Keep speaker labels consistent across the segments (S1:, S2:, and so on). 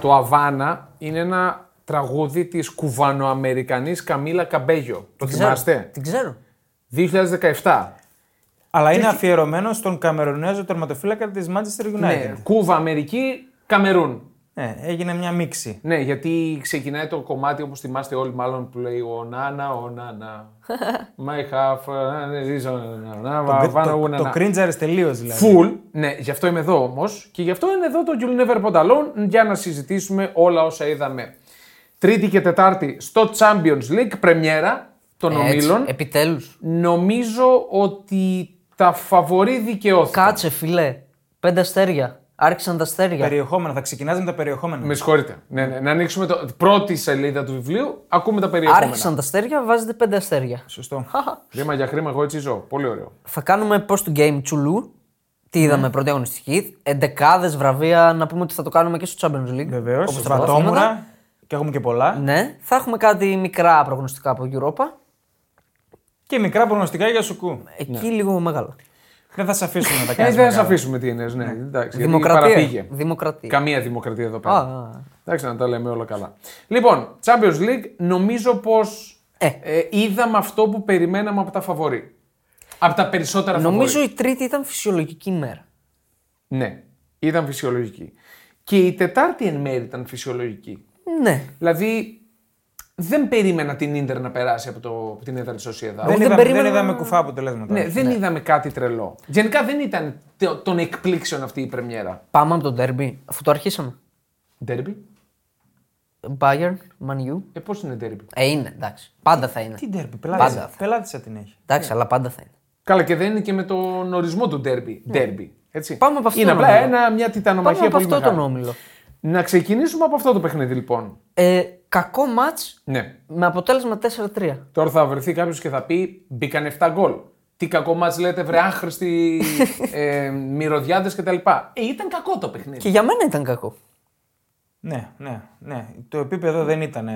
S1: Το Αβάνα είναι ένα τραγούδι της κουβανοαμερικανής Καμίλα Καμπέγιο. Το
S2: Ξέρω.
S1: θυμάστε.
S2: Την ξέρω.
S1: 2017.
S3: Αλλά είναι αφιερωμένο στον Καμερονέζο τερματοφύλακα της Manchester United.
S1: Ναι, Κούβα, Αμερική, Καμερούν.
S3: Ναι, έγινε μια μίξη.
S1: Ναι, γιατί ξεκινάει το κομμάτι όπως θυμάστε όλοι μάλλον που λέει «Ο Νάνα, ο Νάνα, my half,
S3: Το- το, το κρίντζαρε τελείω δηλαδή.
S1: Φουλ, ναι, γι' αυτό είμαι εδώ όμω και γι' αυτό είναι εδώ το You'll Never Put Alone για να συζητήσουμε όλα όσα είδαμε. Τρίτη και Τετάρτη στο Champions League, πρεμιέρα των ομίλων.
S2: Επιτέλου.
S1: Νομίζω ότι τα φαβορή δικαιώθηκαν.
S2: Κάτσε, φιλέ. Πέντε αστέρια. Άρχισαν τα αστέρια.
S3: Περιεχόμενα, θα ξεκινάς με τα περιεχόμενα.
S1: Με συγχωρείτε. Ναι, ναι. Να ανοίξουμε το... την πρώτη σελίδα του βιβλίου, ακούμε τα περιεχόμενα.
S2: Άρχισαν τα αστέρια, βάζετε πέντε αστέρια.
S3: Σωστό.
S1: Χρήμα για χρήμα, εγώ έτσι ζω. Πολύ ωραίο.
S2: Θα κάνουμε post του game τσουλού. Τι είδαμε πρώτη αγωνιστική. Εντεκάδες βραβεία να πούμε ότι θα το κάνουμε και στο Champions League.
S3: Βεβαίως.
S2: όπως τα πρωταθλήματα.
S3: Στρατόμουρα. Και έχουμε και πολλά.
S2: Ναι. Θα έχουμε κάτι μικρά προγνωστικά από Europa.
S3: Και μικρά προγνωστικά για σουκού.
S2: Εκεί λίγο μεγάλο.
S3: Δεν θα σε αφήσουμε να τα
S1: Ε,
S3: κάνεις
S1: δεν θα σα
S3: μεγάλα.
S1: αφήσουμε τι είναι. Ναι, εντάξει, γιατί
S2: Δημοκρατία.
S1: παραπήγε.
S2: Δημοκρατία.
S1: Καμία δημοκρατία εδώ πέρα.
S2: Α, α, α.
S1: Εντάξει, να τα λέμε όλα καλά. Λοιπόν, Champions League, νομίζω πως
S2: Ε.
S1: είδαμε αυτό που περιμέναμε από τα φαβορή. Από τα περισσότερα
S2: Νομίζω
S1: φαβορή.
S2: η Τρίτη ήταν φυσιολογική μέρα.
S1: Ναι, ήταν φυσιολογική. Και η Τετάρτη εν μέρη ήταν φυσιολογική.
S2: Ναι.
S1: Δηλαδή, δεν περίμενα την ντερ να περάσει από, το, από την έδρα της Σοσιαδά.
S3: Δεν,
S2: δεν
S3: είδαμε,
S2: περίμενα-
S3: δεν είδαμε κουφά αποτελέσματα.
S1: Ναι, δεν είδαμε κάτι τρελό. Γενικά δεν ήταν τε- των εκπλήξεων αυτή η πρεμιέρα.
S2: Πάμε από το ντέρμπι, αφού το αρχίσαμε.
S1: Ντέρμπι.
S2: Bayern, Man U.
S1: Ε, πώς είναι ντέρμπι.
S2: Ε, είναι, εντάξει. Πάντα θα είναι.
S3: Τι ντέρπι,
S2: Πάντα.
S3: πελάτησα. πελάτησα την έχει.
S2: Εντάξει, αλλά πάντα θα είναι.
S1: Καλά, και δεν είναι και με τον ορισμό του ντέρμπι. Ντέρμπι. Έτσι.
S2: Ναι. Πάμε από αυτό
S1: είναι
S2: το
S1: απλά
S2: νόμιλο.
S1: ένα, μια
S2: Πάμε
S1: τιτανομαχία
S2: από
S1: πολύ
S2: αυτό
S1: μεγάλη.
S2: τον όμιλο.
S1: Να ξεκινήσουμε από αυτό το παιχνίδι, λοιπόν.
S2: Ε, κακό μάτς
S1: Ναι.
S2: με αποτέλεσμα 4-3.
S1: Τώρα θα βρεθεί κάποιος και θα πει: Μπήκαν 7 γκολ. Τι κακό μα λέτε, βρε άχρηστοι ε, μυρωδιάδες κτλ. Ε, ήταν κακό το παιχνίδι.
S2: Και για μένα ήταν κακό.
S3: Ναι, ναι, ναι. Το επίπεδο δεν ήταν ε,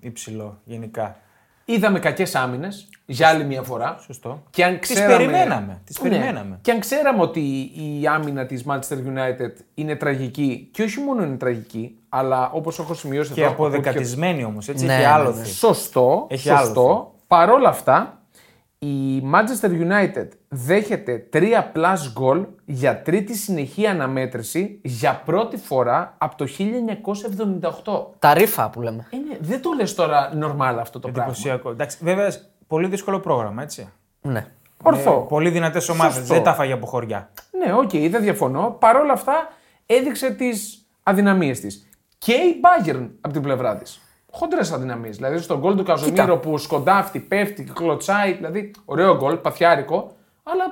S3: υψηλό γενικά.
S1: Είδαμε κακές άμυνες για άλλη μια φορά.
S3: Σωστό.
S1: Και αν
S3: Τις
S1: ξέραμε...
S3: περιμέναμε, τις
S1: Ναι.
S3: περιμέναμε.
S1: Και αν ξέραμε ότι η άμυνα της Manchester United είναι τραγική, και όχι μόνο είναι τραγική, αλλά όπως έχω σημειώσει
S3: Και
S1: εδώ, ακούω
S3: αποδεκατισμένη όμως, έτσι.
S2: Ναι,
S3: έχει
S2: ναι,
S3: άλλο.
S2: ναι.
S1: Σωστό.
S3: Έχει
S1: σωστό.
S3: άλλο.
S1: Παρόλα αυτά, η Manchester United δέχεται 3 plus γκολ για τρίτη συνεχή αναμέτρηση για πρώτη φορά από το 1978.
S2: Τα ρήφα που λέμε.
S1: Ε, ναι, δεν το λες τώρα normal αυτό το πράγμα.
S3: Εντυπωσιακό. Εντάξει, βέβαια, πολύ δύσκολο πρόγραμμα, έτσι.
S2: Ναι.
S1: Ορθό.
S3: Ε, πολύ δυνατές ομάδε.
S1: Σωστό.
S3: Δεν τα φάγε από χωριά.
S1: Ναι, οκ, δεν διαφωνώ. Παρ' όλα αυτά έδειξε τις αδυναμίες της. Και η Bayern από την πλευρά της. Χοντρές αδυναμίες. Δηλαδή στον γκολ του Καζομίρο που σκοντάφτει, πέφτει, κλωτσάει. Δηλαδή ωραίο γκολ, παθιάρικο. Αλλά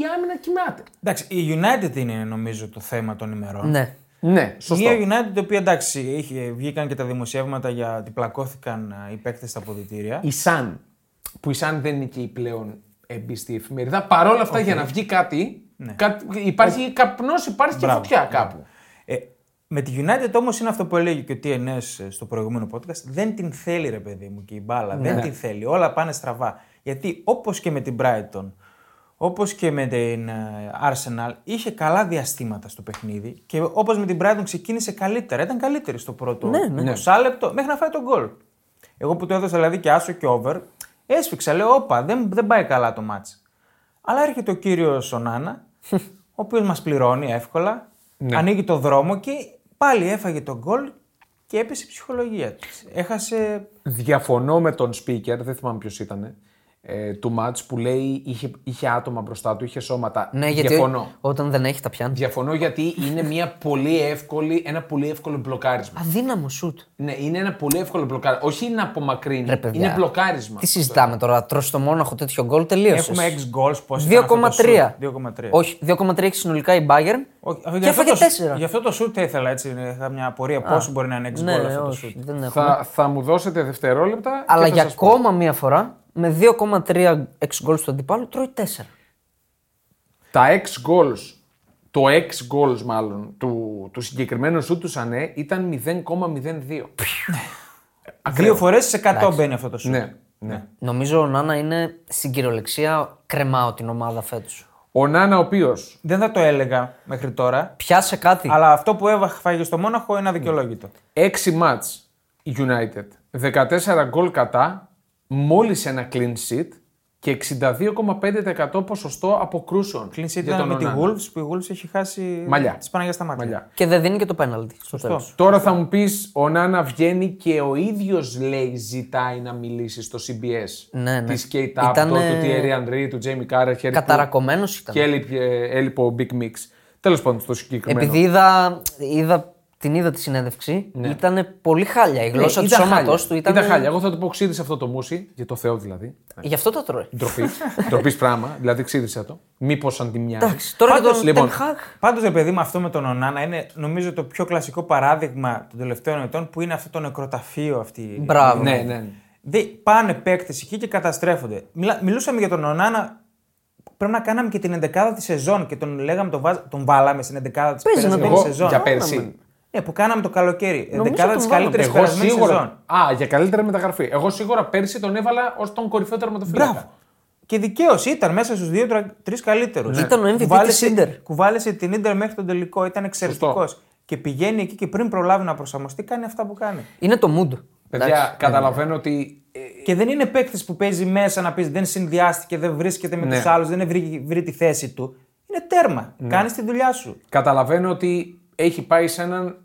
S1: η άμυνα κοιμάται.
S3: Εντάξει, η United είναι νομίζω το θέμα των ημερών.
S2: Ναι.
S1: Ναι, σωστό.
S3: Μια United, η οποία εντάξει, είχε, βγήκαν και τα δημοσιεύματα γιατί πλακώθηκαν α, οι παίκτες στα αποδητήρια.
S1: Η Σαν, που η Σαν δεν είναι και η πλέον εμπιστή εφημερίδα, παρόλα αυτά για να βγει κάτι, κάτι- υπάρχει καπνός, υπάρχει και
S3: Μπράβο,
S1: φωτιά
S3: μπράβο.
S1: κάπου.
S3: Ε, με τη United όμως είναι αυτό που έλεγε και ο TNS ε, στο προηγούμενο podcast. Δεν την θέλει ρε παιδί μου και η μπάλα. Δεν την θέλει. Όλα πάνε στραβά. Γιατί όπως και με την Brighton, όπως και με την ε, Arsenal, είχε καλά διαστήματα στο παιχνίδι και όπως με την Brighton ξεκίνησε καλύτερα. Ήταν καλύτερη στο πρώτο ναι, λεπτό μέχρι να φάει τον γκολ. Εγώ που το έδωσα δηλαδή και άσο και over, έσφιξα. Λέω, Όπα, δεν, δεν πάει καλά το μάτς. Αλλά έρχεται ο κύριος Σονάνα, ο οποίος μας πληρώνει εύκολα,
S2: Ναι.
S3: ανοίγει το δρόμο και πάλι έφαγε τον γκολ και έπεσε η ψυχολογία του. Έχασε.
S1: Διαφωνώ με τον speaker, δεν θυμάμαι ποιος ήταν, ε, του μάτς που λέει είχε, είχε άτομα μπροστά του, είχε σώματα.
S2: Ναι, γιατί
S1: Διαφωνώ.
S2: όταν δεν έχει τα πιάνει.
S1: Διαφωνώ γιατί είναι μια πολύ εύκολη, ένα πολύ εύκολο μπλοκάρισμα.
S2: Αδύναμο σουτ.
S1: Ναι, είναι ένα πολύ εύκολο μπλοκάρισμα. Όχι να απομακρύνει,
S2: Ρε παιδιά.
S1: είναι μπλοκάρισμα.
S2: Τι συζητάμε τώρα, τρως το μόναχο τέτοιο γκολ, τελείωσες.
S3: Έχουμε 6 γκολ, πόσο.
S2: 2,3.
S3: 2,3.
S2: Όχι, 2,3 έχει συνολικά η Bayern.
S3: Όχι,
S2: και
S3: αυτό
S2: έφαγε
S3: το,
S2: 4.
S3: Γι' αυτό το σουτ θα ήθελα έτσι. Είχα μια απορία πόσο μπορεί να είναι 6 γκολ
S2: Ναι,
S3: αυτό το
S2: όχι,
S3: σουτ.
S2: δεν έχω.
S1: Θα, θα μου δώσετε δευτερόλεπτα. και
S2: Αλλά
S1: θα
S2: για
S1: σας πω.
S2: ακόμα μία φορά, με 2,3 εξ γκολ του αντιπάλου, τρώει 4.
S1: Τα 6 goals, το 6 goals μάλλον του, του συγκεκριμένου σου του Σανέ ήταν 0,02.
S3: Δύο φορές σε 100 μπαίνει αυτό το σουτ.
S1: Ναι, ναι.
S2: Νομίζω ο Νάνα είναι στην κυριολεξία κρεμάω την ομάδα φέτος.
S1: Ο Νάνα, ο οποίος.
S3: Δεν θα το έλεγα μέχρι τώρα.
S2: Πιάσε κάτι.
S3: Αλλά αυτό που έφαγε στο Μόναχο είναι
S2: Ναι.
S3: αδικαιολόγητο.
S1: 6 μάτς United, 14 γκολ κατά, μόλις ένα clean sheet και 62,5% ποσοστό αποκρούσεων.
S3: Κλείνει ήταν με τη
S1: Onana.
S3: Wolves που η Wolves έχει χάσει
S1: Μαλλιά.
S3: τη Παναγία στα μάτια.
S1: Μαλλιά.
S2: Και δεν δίνει και το πέναλτι στο τέλος.
S1: Τώρα θα μου πεις, ο Νάνα βγαίνει και ο ίδιος λέει ζητάει να μιλήσει στο CBS.
S2: Ναι, ναι.
S1: Της Kate Upton,
S2: Ήτανε-
S1: του Thierry Henry, του Jamie Carragher.
S2: Καταρακωμένος ήταν.
S1: που- Και έλειπε, έλειπε ο Big Mix. Τέλος πάντων, στο συγκεκριμένο.
S2: Επειδή είδα, είδα, την είδα τη συνέντευξη, ήταν πολύ χάλια. Η
S1: Ναι,
S2: γλώσσα του
S1: ήταν
S2: σώματό
S1: χάλια.
S2: του ήταν.
S1: Ήταν χάλια. Εγώ θα το πω ξύδισε αυτό το μουσι, για το Θεό δηλαδή.
S2: Γι' αυτό το τρώει.
S1: Ντροπή. Ντροπής πράγμα. Δηλαδή ξύδισα το. Μήπως αντιμοιάζει.
S2: Εντάξει, τώρα για
S1: Πάντως,
S2: τον
S1: λοιπόν,
S2: Ten Hag.
S3: Πάντως, ρε παιδί μου, αυτό με τον Ονάνα είναι νομίζω το πιο κλασικό παράδειγμα των τελευταίων ετών που είναι αυτό το νεκροταφείο αυτή.
S2: Μπράβο.
S1: Ναι, ναι. ναι.
S3: Δε, πάνε παίκτες εκεί και καταστρέφονται. Μιλά, μιλούσαμε για τον Ονάνα. Πρέπει να κάναμε και την 11η της σεζόν και τον λέγαμε, τον, βάζ, τον βάλαμε στην 11η τη
S2: Παίζει να
S3: περασμένη
S1: Εγώ
S3: σεζόν.
S1: για πέρσι.
S3: Ναι, που κάναμε το καλοκαίρι.
S2: Νομίζω
S3: 11η τη
S2: τον
S3: καλύτερης
S1: Εγώ
S3: περασμένη σεζόν.
S1: σίγουρα. Α, για καλύτερη μεταγραφή. Εγώ σίγουρα πέρσι τον έβαλα ως τον κορυφαίο τερματοφύλακα.
S3: Μπράβο. Και δικαίως ήταν μέσα στους δύο-τρει καλύτερους.
S1: Ναι.
S2: Ήταν ο MVP της Ίντερ.
S3: Κουβάλεσε την ντερ μέχρι τον τελικό, ήταν εξαιρετικός. Και πηγαίνει εκεί και πριν προλάβει να προσαρμοστεί, κάνει αυτά που κάνει.
S2: Είναι το mood.
S3: ναι,
S1: Παιδιά, καταλαβαίνω ότι. ε,
S3: Και δεν είναι παίκτης που παίζει μέσα να πεις δεν συνδυάστηκε, δεν βρίσκεται με
S1: Ναι.
S3: τους άλλους, δεν βρει, βρει τη θέση του. Είναι τέρμα. Κάνεις τη δουλειά σου.
S1: Καταλαβαίνω ότι έχει πάει σε έναν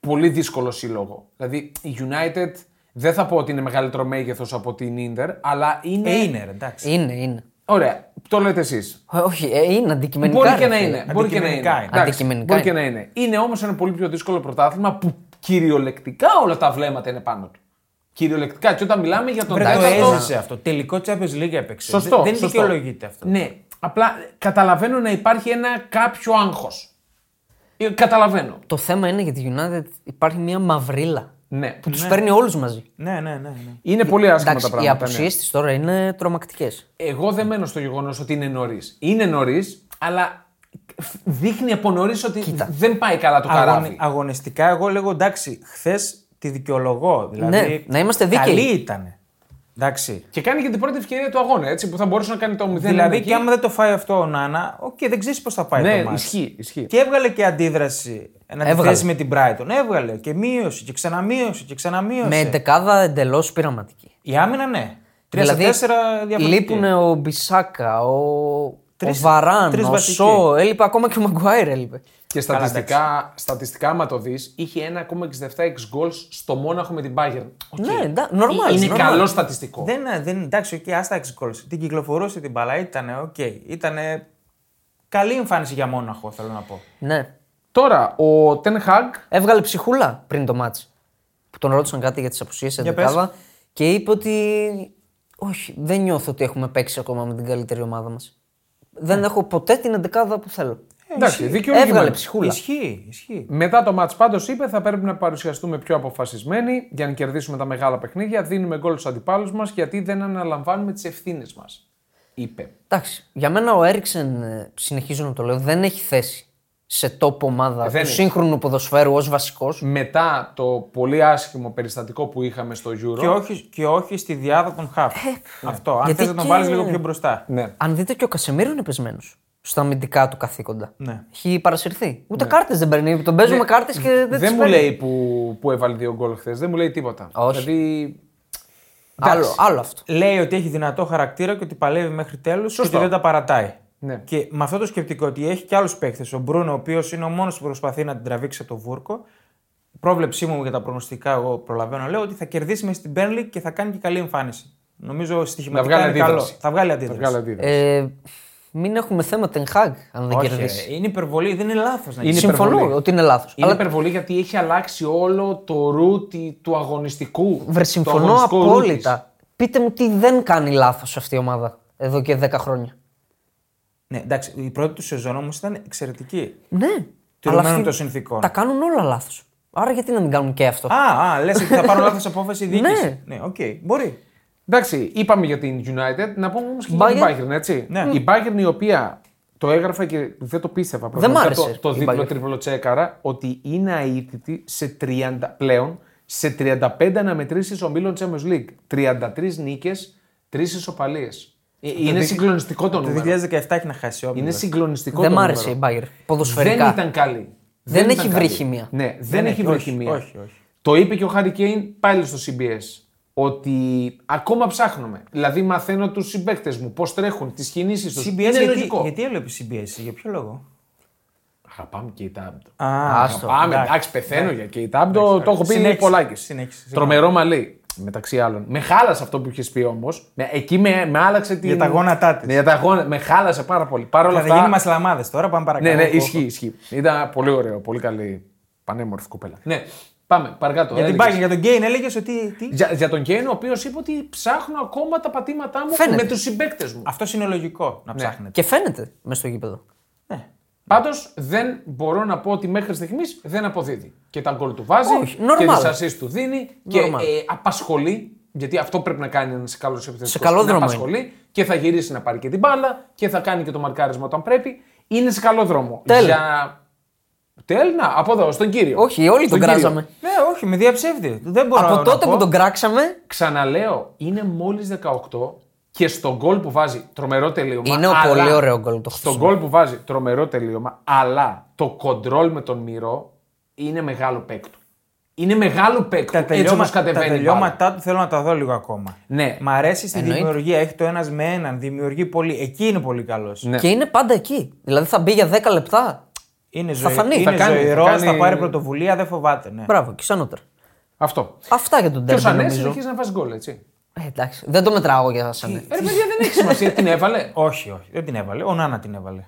S1: πολύ δύσκολο σύλλογο. Δηλαδή η United δεν θα πω ότι είναι μεγαλύτερο μέγεθος από την Inter, αλλά
S2: Ναι.
S1: είναι.
S3: Ε, είναι, ρε, εντάξει.
S2: Είναι, είναι.
S1: Ωραία, το λέτε εσείς.
S2: Ε, Όχι, ε, είναι αντικειμενικά.
S1: Μπορεί
S2: ρε
S1: και να
S2: φίλε.
S1: είναι. Μπορεί και να είναι.
S3: Αντικειμενικά είναι.
S1: Εντάξει,
S2: Αντικειμενικά
S1: Μπορεί και
S2: είναι.
S1: να είναι. Είναι όμως ένα πολύ πιο δύσκολο πρωτάθλημα που κυριολεκτικά όλα τα βλέμματα είναι πάνω του. Κυριολεκτικά. Και όταν μιλάμε για τον
S3: Βρε, το
S1: τέταρτο-
S3: έζησε αυτό. Τελικό Champions League έπαιξε.
S1: Σωστό.
S3: δεν
S1: σωστό.
S3: δικαιολογείται αυτό.
S1: Ναι. Απλά καταλαβαίνω να υπάρχει ένα κάποιο άγχος. Καταλαβαίνω.
S2: Το θέμα είναι για τη United υπάρχει μια μαυρίλα
S1: Ναι.
S2: που τους παίρνει όλους μαζί.
S3: Ναι, ναι, ναι. ναι.
S1: Είναι πολύ άσχημα
S2: Εντάξει,
S1: τα
S2: οι
S1: πράγματα. ναι.
S2: απουσίε της τώρα είναι τρομακτικές.
S1: Εγώ δεν μένω στο γεγονός ότι είναι νωρίς. Είναι νωρίς, αλλά δείχνει από νωρίς ότι
S2: Κοίτα.
S1: δεν πάει καλά το
S3: Αγωνι,
S1: καράβι.
S3: αγωνιστικά, εγώ λέγω εντάξει, χθες τη δικαιολογώ. Δηλαδή,
S2: Ναι, να είμαστε δίκαιοι.
S3: Καλή ήταν. Εντάξει.
S1: Και κάνει και την πρώτη ευκαιρία του αγώνα, έτσι, που θα μπορούσε να κάνει το 0
S3: Δηλαδή, και άμα δεν το φάει αυτό ο Νάνα, οκ, δεν ξέρεις πώς θα πάει
S1: Ναι,
S3: το μάτς.
S1: ισχύει. ισχύει.
S3: Και έβγαλε και αντίδραση να τη
S2: Έβγαλε.
S3: θέσει με την Brighton. Έβγαλε και μείωση και ξαναμείωση και ξαναμείωση.
S2: Με εντεκάδα εντελώς πειραματική.
S3: Η άμυνα, ναι. 3-4
S2: Δηλαδή,
S3: διαφορετική.
S2: λείπουν ο Μπισάκα, ο,
S3: Τρεις-
S2: ο Βαράν,
S3: τρεις
S2: ο
S3: βασικοί.
S2: Σο, έλειπε ακόμα και ο Μαγκουάιρ έλειπε.
S1: Και στατιστικά, στατιστικά άμα το δεις, είχε 1,67 ex goals στο Μόναχο με την Bayern. Οκ.
S2: Ναι, εντά, normal,
S1: Είναι
S2: normal.
S1: καλό στατιστικό.
S3: Δεν, δεν, εντάξει, οκ, άστα εξυκόλυσε. Την κυκλοφορούσε την μπαλά, ήταν οκ. Ήτανε καλή εμφάνιση για Μόναχο, θέλω να πω.
S2: Ναι.
S1: Τώρα, ο Ten Hag
S2: Έβγαλε ψυχούλα πριν το μάτς. Που τον ρώτησαν κάτι για τις απουσίες σε
S3: Για πες.
S2: δεκάδα και είπε ότι. Όχι, δεν νιώθω ότι έχουμε παίξει ακόμα με την καλύτερη ομάδα μας.
S3: Ναι.
S2: Δεν έχω ποτέ την εντεκάδα που θέλω.
S3: Ε,
S1: εντάξει, δικαιολογημένο.
S2: Έβγαλε ψυχούλα.
S3: Ισχύει, ισχύει.
S1: Μετά το match πάντως είπε θα πρέπει να παρουσιαστούμε πιο αποφασισμένοι για να κερδίσουμε τα μεγάλα παιχνίδια. Δίνουμε γκολ στους αντιπάλους μας γιατί δεν αναλαμβάνουμε τις ευθύνες μας. Είπε.
S2: Εντάξει, για μένα ο Έριξεν, ε, συνεχίζω να το λέω, δεν έχει θέση σε τόπο
S3: Ε,
S2: ομάδα
S1: δεν
S2: του
S1: έχει.
S2: σύγχρονου ποδοσφαίρου ως βασικός.
S1: Μετά το πολύ άσχημο περιστατικό που είχαμε στο Euro.
S3: Και όχι, και όχι στη διάδα των χαφ. Αυτό. Αν
S2: Ε, ναι. Γιατί
S3: θες να τον
S2: και-
S3: βάλει λίγο πιο μπροστά.
S1: Ναι.
S2: Αν δείτε και ο Κασεμίρος είναι πεσμένος στα αμυντικά του καθήκοντα.
S3: Ναι.
S2: Έχει παρασυρθεί. Ούτε κάρτες κάρτες δεν παίρνει. Τον παίζουμε κάρτες κάρτες και
S1: Ναι.
S2: δεν,
S1: Δεν
S2: τις
S1: μου
S2: παίρνει.
S1: λέει που, που έβαλε δύο γκολ χθες, δεν μου λέει τίποτα.
S2: Όχι.
S1: Δηλαδή
S2: Άλλο, άλλο αυτό.
S3: Λέει ότι έχει δυνατό χαρακτήρα και ότι παλεύει μέχρι τέλους και ότι
S1: Σωστό.
S3: δεν τα παρατάει.
S1: Ναι.
S3: Και με αυτό το σκεπτικό ότι έχει και άλλους παίκτες. Ο Μπρούνο, ο οποίος είναι ο μόνος που προσπαθεί να την τραβήξει από το βούρκο. Η πρόβλεψή μου για τα προγνωστικά, εγώ προλαβαίνω, λέω ότι θα κερδίσει μες στην Πέρλι και θα κάνει και καλή εμφάνιση. Νομίζω στοιχηματικά
S1: βγάλει
S3: είναι καλό.
S1: αντίδραση.
S3: Θα βγάλει αντίδραση.
S1: Βγάλε αντίδραση.
S2: Ε, μην έχουμε θέμα Ten Hag αν δεν
S3: Όχι,
S2: κερδίσει.
S3: ε, είναι υπερβολή, δεν είναι λάθος να γίνει.
S2: Συμφωνώ
S1: ε, υπερβολή.
S2: ότι είναι λάθος.
S1: Είναι
S2: Αλλά
S1: υπερβολή γιατί έχει αλλάξει όλο το ρούτι του αγωνιστικού.
S2: βρε,
S1: το
S2: συμφωνώ
S1: αγωνιστικό ρου της.
S2: απόλυτα. Πείτε μου τι δεν κάνει λάθος αυτή η ομάδα εδώ και 10 χρόνια.
S3: Ναι, εντάξει, η πρώτη του σεζόν όμως ήταν εξαιρετική.
S2: Ναι.
S3: Τηρουμένων των συνθήκων.
S2: Τα κάνουν όλα λάθος. Άρα γιατί να μην κάνουν και αυτό.
S3: Α, α λες ότι θα πάρω λάθος απόφαση η διοίκηση.
S2: Ναι.
S3: ναι, οκ, μπορεί.
S1: Εντάξει, είπαμε για την United, να πούμε όμως και για την
S2: Bayern.
S1: Bayern, έτσι.
S3: Ναι.
S1: Η Bayern η οποία το έγραφα και δεν το πίστευα.
S2: Δεν μ'
S1: πραγματικά,
S2: άρεσε
S1: Το,
S2: η
S1: το
S2: Bayern.
S1: δίπλο τριπλό τσέκαρα ότι είναι αίτητη σε 30, πλέον σε 35 αναμετρήσεις ομίλων Champions League. 33 νίκε, 3 ισοπαλίες. Ε, Είναι συγκλονιστικό το
S3: Το
S1: νούμερο.
S3: 2017 έχει να χάσει ο
S1: Είναι
S3: Άπλεβας.
S1: συγκλονιστικό
S2: Δεν
S1: το
S2: μ' άρεσε η
S1: νούμερο.
S2: Μπάγκερ. Ποδοσφαιρικά.
S1: Δεν ήταν καλή.
S2: Δεν έχει
S1: ήταν
S2: βρει
S1: καλή.
S2: χημεία.
S1: Ναι, δεν,
S3: έχει,
S1: έχει βρει
S3: όχι,
S1: χημεία.
S3: όχι, όχι.
S1: Το είπε και ο Χάρη Κέιν πάλι στο CBS. Ότι ακόμα ψάχνουμε. Δηλαδή, μαθαίνω τους συμπαίκτες μου πώς τρέχουν, τις κινήσεις τους.
S3: CBS
S1: Είναι
S3: γιατί,
S1: λογικό.
S3: γιατί έβλεπες CBS, για ποιο λόγο.
S1: Αγαπάμε και η Τάμπτο.
S3: Α,
S2: άστο.
S1: Πάμε,
S3: εντάξει.
S1: εντάξει, πεθαίνω για και η Τάμπτο. Το έχω πει είναι
S3: Συνέχισε,
S1: πολλάκις.
S3: συνέχισε, συγγνώμη.
S1: Τρομερό μαλλί. Μεταξύ άλλων. Με χάλασε αυτό που είχες πει όμως. Εκεί με, με άλλαξε την.
S3: Για τα γόνατά της.
S1: Ναι, για τα γόνα- Με χάλασε πάρα πολύ. Παρ' όλα
S3: Θα
S1: αυτά.
S3: γίνει μασλαμάδε τώρα,
S1: Ναι,
S3: πάμε παρακάτω.
S1: ναι, ισχύει, ισχύει. Ήταν πολύ ωραίο, πολύ καλή, πανέμορφη κοπέλα. Ναι, πάμε παρακάτω.
S3: Για την
S1: έλεγες.
S3: Bayern, για τον Γκέιν έλεγες ότι. Τι...
S1: Για, για τον Κέιν, ο οποίος είπε ότι ψάχνω ακόμα τα πατήματά μου
S2: Φαίνεται.
S1: με τους συμπαίκτες μου.
S3: Αυτό είναι λογικό
S1: Ναι.
S3: να ψάχνετε.
S2: Και φαίνεται μέσα στο γήπεδο.
S3: Ναι.
S1: Πάντως δεν μπορώ να πω ότι μέχρι στιγμής δεν αποδίδει. Και τα γκολ του βάζει
S2: Όχι,
S1: και
S2: normal.
S1: τις ασεί του δίνει και
S2: Normal.
S1: ε, απασχολεί. Γιατί αυτό πρέπει να κάνει ένας καλός επιθετικός.
S2: Σε καλό δρόμο
S1: Απασχολεί και θα γυρίσει να πάρει και την μπάλα και θα κάνει και το μαρκάρισμα όταν πρέπει. Είναι σε καλό δρόμο.
S2: Τέλ.
S1: Για... Τέλ, να, από εδώ, στον κύριο.
S2: Όχι, όλοι
S1: Στον
S2: τον
S1: κύριο.
S2: κράζαμε.
S3: ναι, όχι, με διαψεύδει. Δεν μπορώ
S2: Από
S3: να
S2: τότε
S3: πω.
S2: που τον κράξαμε,
S1: Ξαναλέω, είναι μόλις 18 και στον γκολ που βάζει τρομερό τελείωμα.
S2: Είναι ο
S1: αλλά-
S2: πολύ ωραίο γκολ το
S1: Στον
S2: χτύπημα.
S1: γκολ που βάζει τρομερό τελείωμα, αλλά το κοντρόλ με τον Μυρό είναι μεγάλο παίκτο. Είναι μεγάλο παίκτο.
S3: Τα,
S1: έτσι
S3: τελειώμα,
S1: όπως
S3: τα
S1: κατεβαίνει. η μπάλα.
S3: τελειώματά του θέλω να τα δω λίγο ακόμα.
S1: Ναι.
S3: Μ' αρέσει στη
S2: Εννοείται.
S3: δημιουργία. Έχει το ένας με έναν. Δημιουργεί πολύ. Εκεί είναι πολύ καλός.
S1: Ναι.
S2: Και είναι πάντα εκεί. Δηλαδή θα μπει για 10 λεπτά.
S3: Είναι
S2: Θα
S3: ζωη...
S2: φανεί.
S3: είναι
S2: Θα
S1: κάνει, θα
S3: ζωηρός,
S1: κάνει-
S3: θα πάρει πρωτοβουλία, δεν φοβάται. Ναι.
S2: Μπράβο, και σαν ότερα.
S1: Αυτό.
S2: Αυτά για τον
S1: Και ο
S2: Τέρμπι
S1: Σανέ
S2: νομίζω.
S1: συνεχίζει να βάζει γκολ, έτσι.
S2: Ε, εντάξει, δεν το μετράω για σαν.
S1: Ε, ρε παιδιά, δεν έχει σημασία. Την έβαλε.
S3: Όχι, όχι. Δεν την έβαλε. Ο Νάνα την έβαλε.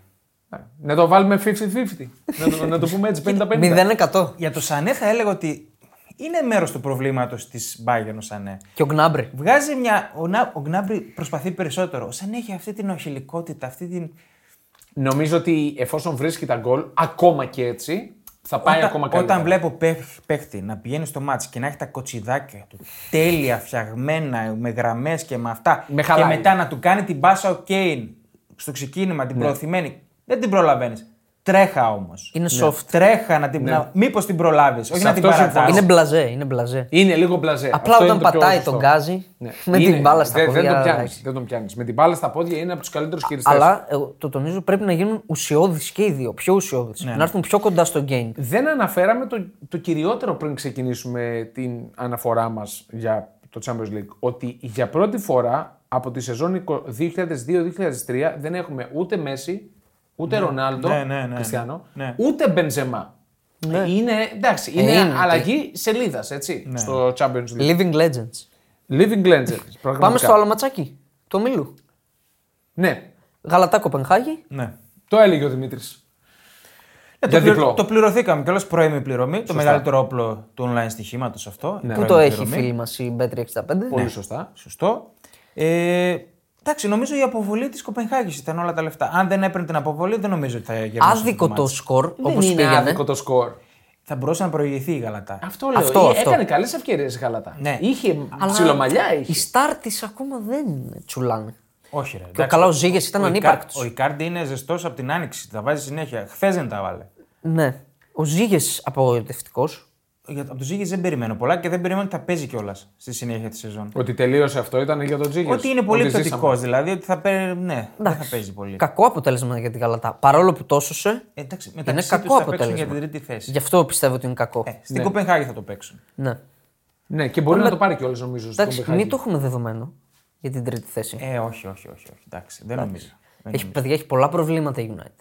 S1: Να το βάλουμε 50-50. να, το, να το πούμε έτσι 50-50.
S2: 0%
S3: Για το Σανέ θα έλεγα ότι είναι μέρος του προβλήματος της Μπάγκερ ο Σανέ.
S2: και ο Γκνάμπρι.
S3: Βγάζει μια. Ο, Να... ο Γκνάμπρι προσπαθεί περισσότερο. Ο Σανέ έχει αυτή την οχηλικότητα, αυτή την.
S1: Νομίζω ότι εφόσον βρίσκει τα γκολ, ακόμα και έτσι, θα πάει
S3: όταν,
S1: ακόμα καλύτερα.
S3: όταν βλέπω παίχ- παίχτη να πηγαίνει στο μάτς και να έχει τα κοτσιδάκια του τέλεια φτιαγμένα με γραμμές και με αυτά.
S1: Με
S3: και
S1: χαλάει.
S3: μετά να του κάνει την μπάσα ο Κέιν στο ξεκίνημα,
S1: Ναι.
S3: την προωθημένη. Δεν την προλαβαίνεις. Τρέχα όμως.
S2: Είναι soft.
S3: Τρέχα να την. Ναι. Μήπως την προλάβεις, όχι να την
S1: αυτό
S3: παρατάς.
S1: συμφωνώ.
S2: Είναι μπλαζέ, είναι μπλαζέ.
S1: Είναι λίγο μπλαζέ.
S2: Απλά
S1: Αυτό
S2: όταν
S1: είναι το πιο
S2: πατάει
S1: σωστό.
S2: τον γκάζι
S1: Ναι.
S2: με
S1: Είναι.
S2: την μπάλα στα
S1: Δεν-
S2: πόδια.
S1: Δεν τον πιάνεις.
S2: εντάξει.
S1: Δεν τον πιάνεις. Με την μπάλα στα πόδια είναι από τους καλύτερους χειριστές.
S2: Αλλά εγώ το τονίζω πρέπει να γίνουν ουσιώδεις και οι δύο. Πιο ουσιώδεις. Να έρθουν πιο κοντά στο game.
S1: Δεν αναφέραμε το, το κυριότερο πριν ξεκινήσουμε την αναφορά μας για το Champions League. Ότι για πρώτη φορά από τη σεζόν 2002-2003 δεν έχουμε ούτε Μέση, ούτε Ρονάλντο,
S3: Ναι, ναι, ναι, ναι.
S1: Κριστιανό,
S3: Ναι.
S1: ούτε Μπενζεμά. Είναι, εντάξει, είναι,
S2: Ναι. Ε, είναι,
S1: αλλαγή σελίδα
S3: Ναι.
S1: στο Champions League.
S2: Living legends.
S1: Living Legends.
S2: Πάμε
S1: πραγματικά.
S2: στο άλλο ματσάκι. Το Μίλου.
S1: Ναι,
S2: Γαλατά Κοπενχάγη.
S3: Ναι.
S1: το έλεγε ο Δημήτρης.
S3: Ναι,
S1: Για
S3: το, πληρω-
S1: διπλό.
S3: το πληρωθήκαμε κιόλας πρώιμη πληρωμή. Το μεγαλύτερο όπλο του online στοιχήματος αυτό. η
S2: Πού
S3: πρώιμη
S2: το έχει η
S3: πληρωμή.
S2: φίλη μας η Bet365.
S1: ναι, Πολύ σωστά.
S3: Σωστό. Ε, εντάξει, νομίζω η αποβολή της Κοπενχάγης ήταν όλα τα λεφτά. Αν δεν έπαιρνε την αποβολή, δεν νομίζω ότι θα γερνούσε.
S2: Άδικο το σκορ όπω
S1: Όπως είναι
S2: πήγανε.
S1: άδικο το σκορ.
S3: Θα μπορούσε να προηγηθεί η Γαλατά.
S1: Αυτό λέω.
S2: Αυτό,
S1: Ε,
S2: αυτό.
S1: Έκανε καλές ευκαιρίες η Γαλατά.
S3: Ναι.
S1: Είχε
S2: Αλλά
S1: ψιλομαλιά.
S2: Οι
S1: Είχε.
S2: στάρ της ακόμα δεν τσουλάνε.
S3: Όχι, ρε.
S2: Και ο
S3: εντάξει.
S2: καλά ο Ζήγες ήταν
S3: Ο
S2: ανύπαρκτο.
S3: Ικα- Ο Ικάρντι είναι ζεστός από την άνοιξη. Τα βάζει συνέχεια. Χθες δεν τα βάλε.
S2: Ναι. Ο Ζήγες απογοητευτικός.
S3: Για, από τον Ζήγη δεν περιμένω πολλά και δεν περιμένω ότι θα παίζει κιόλας στη συνέχεια της σεζόν.
S1: Ότι τελείωσε αυτό ήταν για τον Τζίγερ.
S3: Ότι είναι πολύ πτωτικό, δηλαδή ότι θα, παίρνει- ναι, δεν θα παίζει πολύ.
S2: Κακό αποτέλεσμα για την Καλατά. Παρόλο που τόσωσε,
S3: Ε, Εντάξει, μεταξύ
S2: κακό
S3: τους θα παίξουν για
S2: αποτέλεσμα.
S3: την τρίτη θέση.
S2: γι' αυτό πιστεύω ότι είναι κακό.
S3: Ε, στην Κοπενχάγη θα το παίξουν.
S2: Ναι.
S1: Ναι, και μπορεί να το πάρει κιόλας νομίζω. στην
S2: Εντάξει,
S1: Κοπεχάγη.
S2: μην το έχουμε δεδομένο για την τρίτη θέση.
S3: Ε, όχι, όχι, όχι. όχι. Εντάξει, Ε, δεν νομίζω. Δεν
S2: έχει, παιδιά, έχει πολλά προβλήματα η United.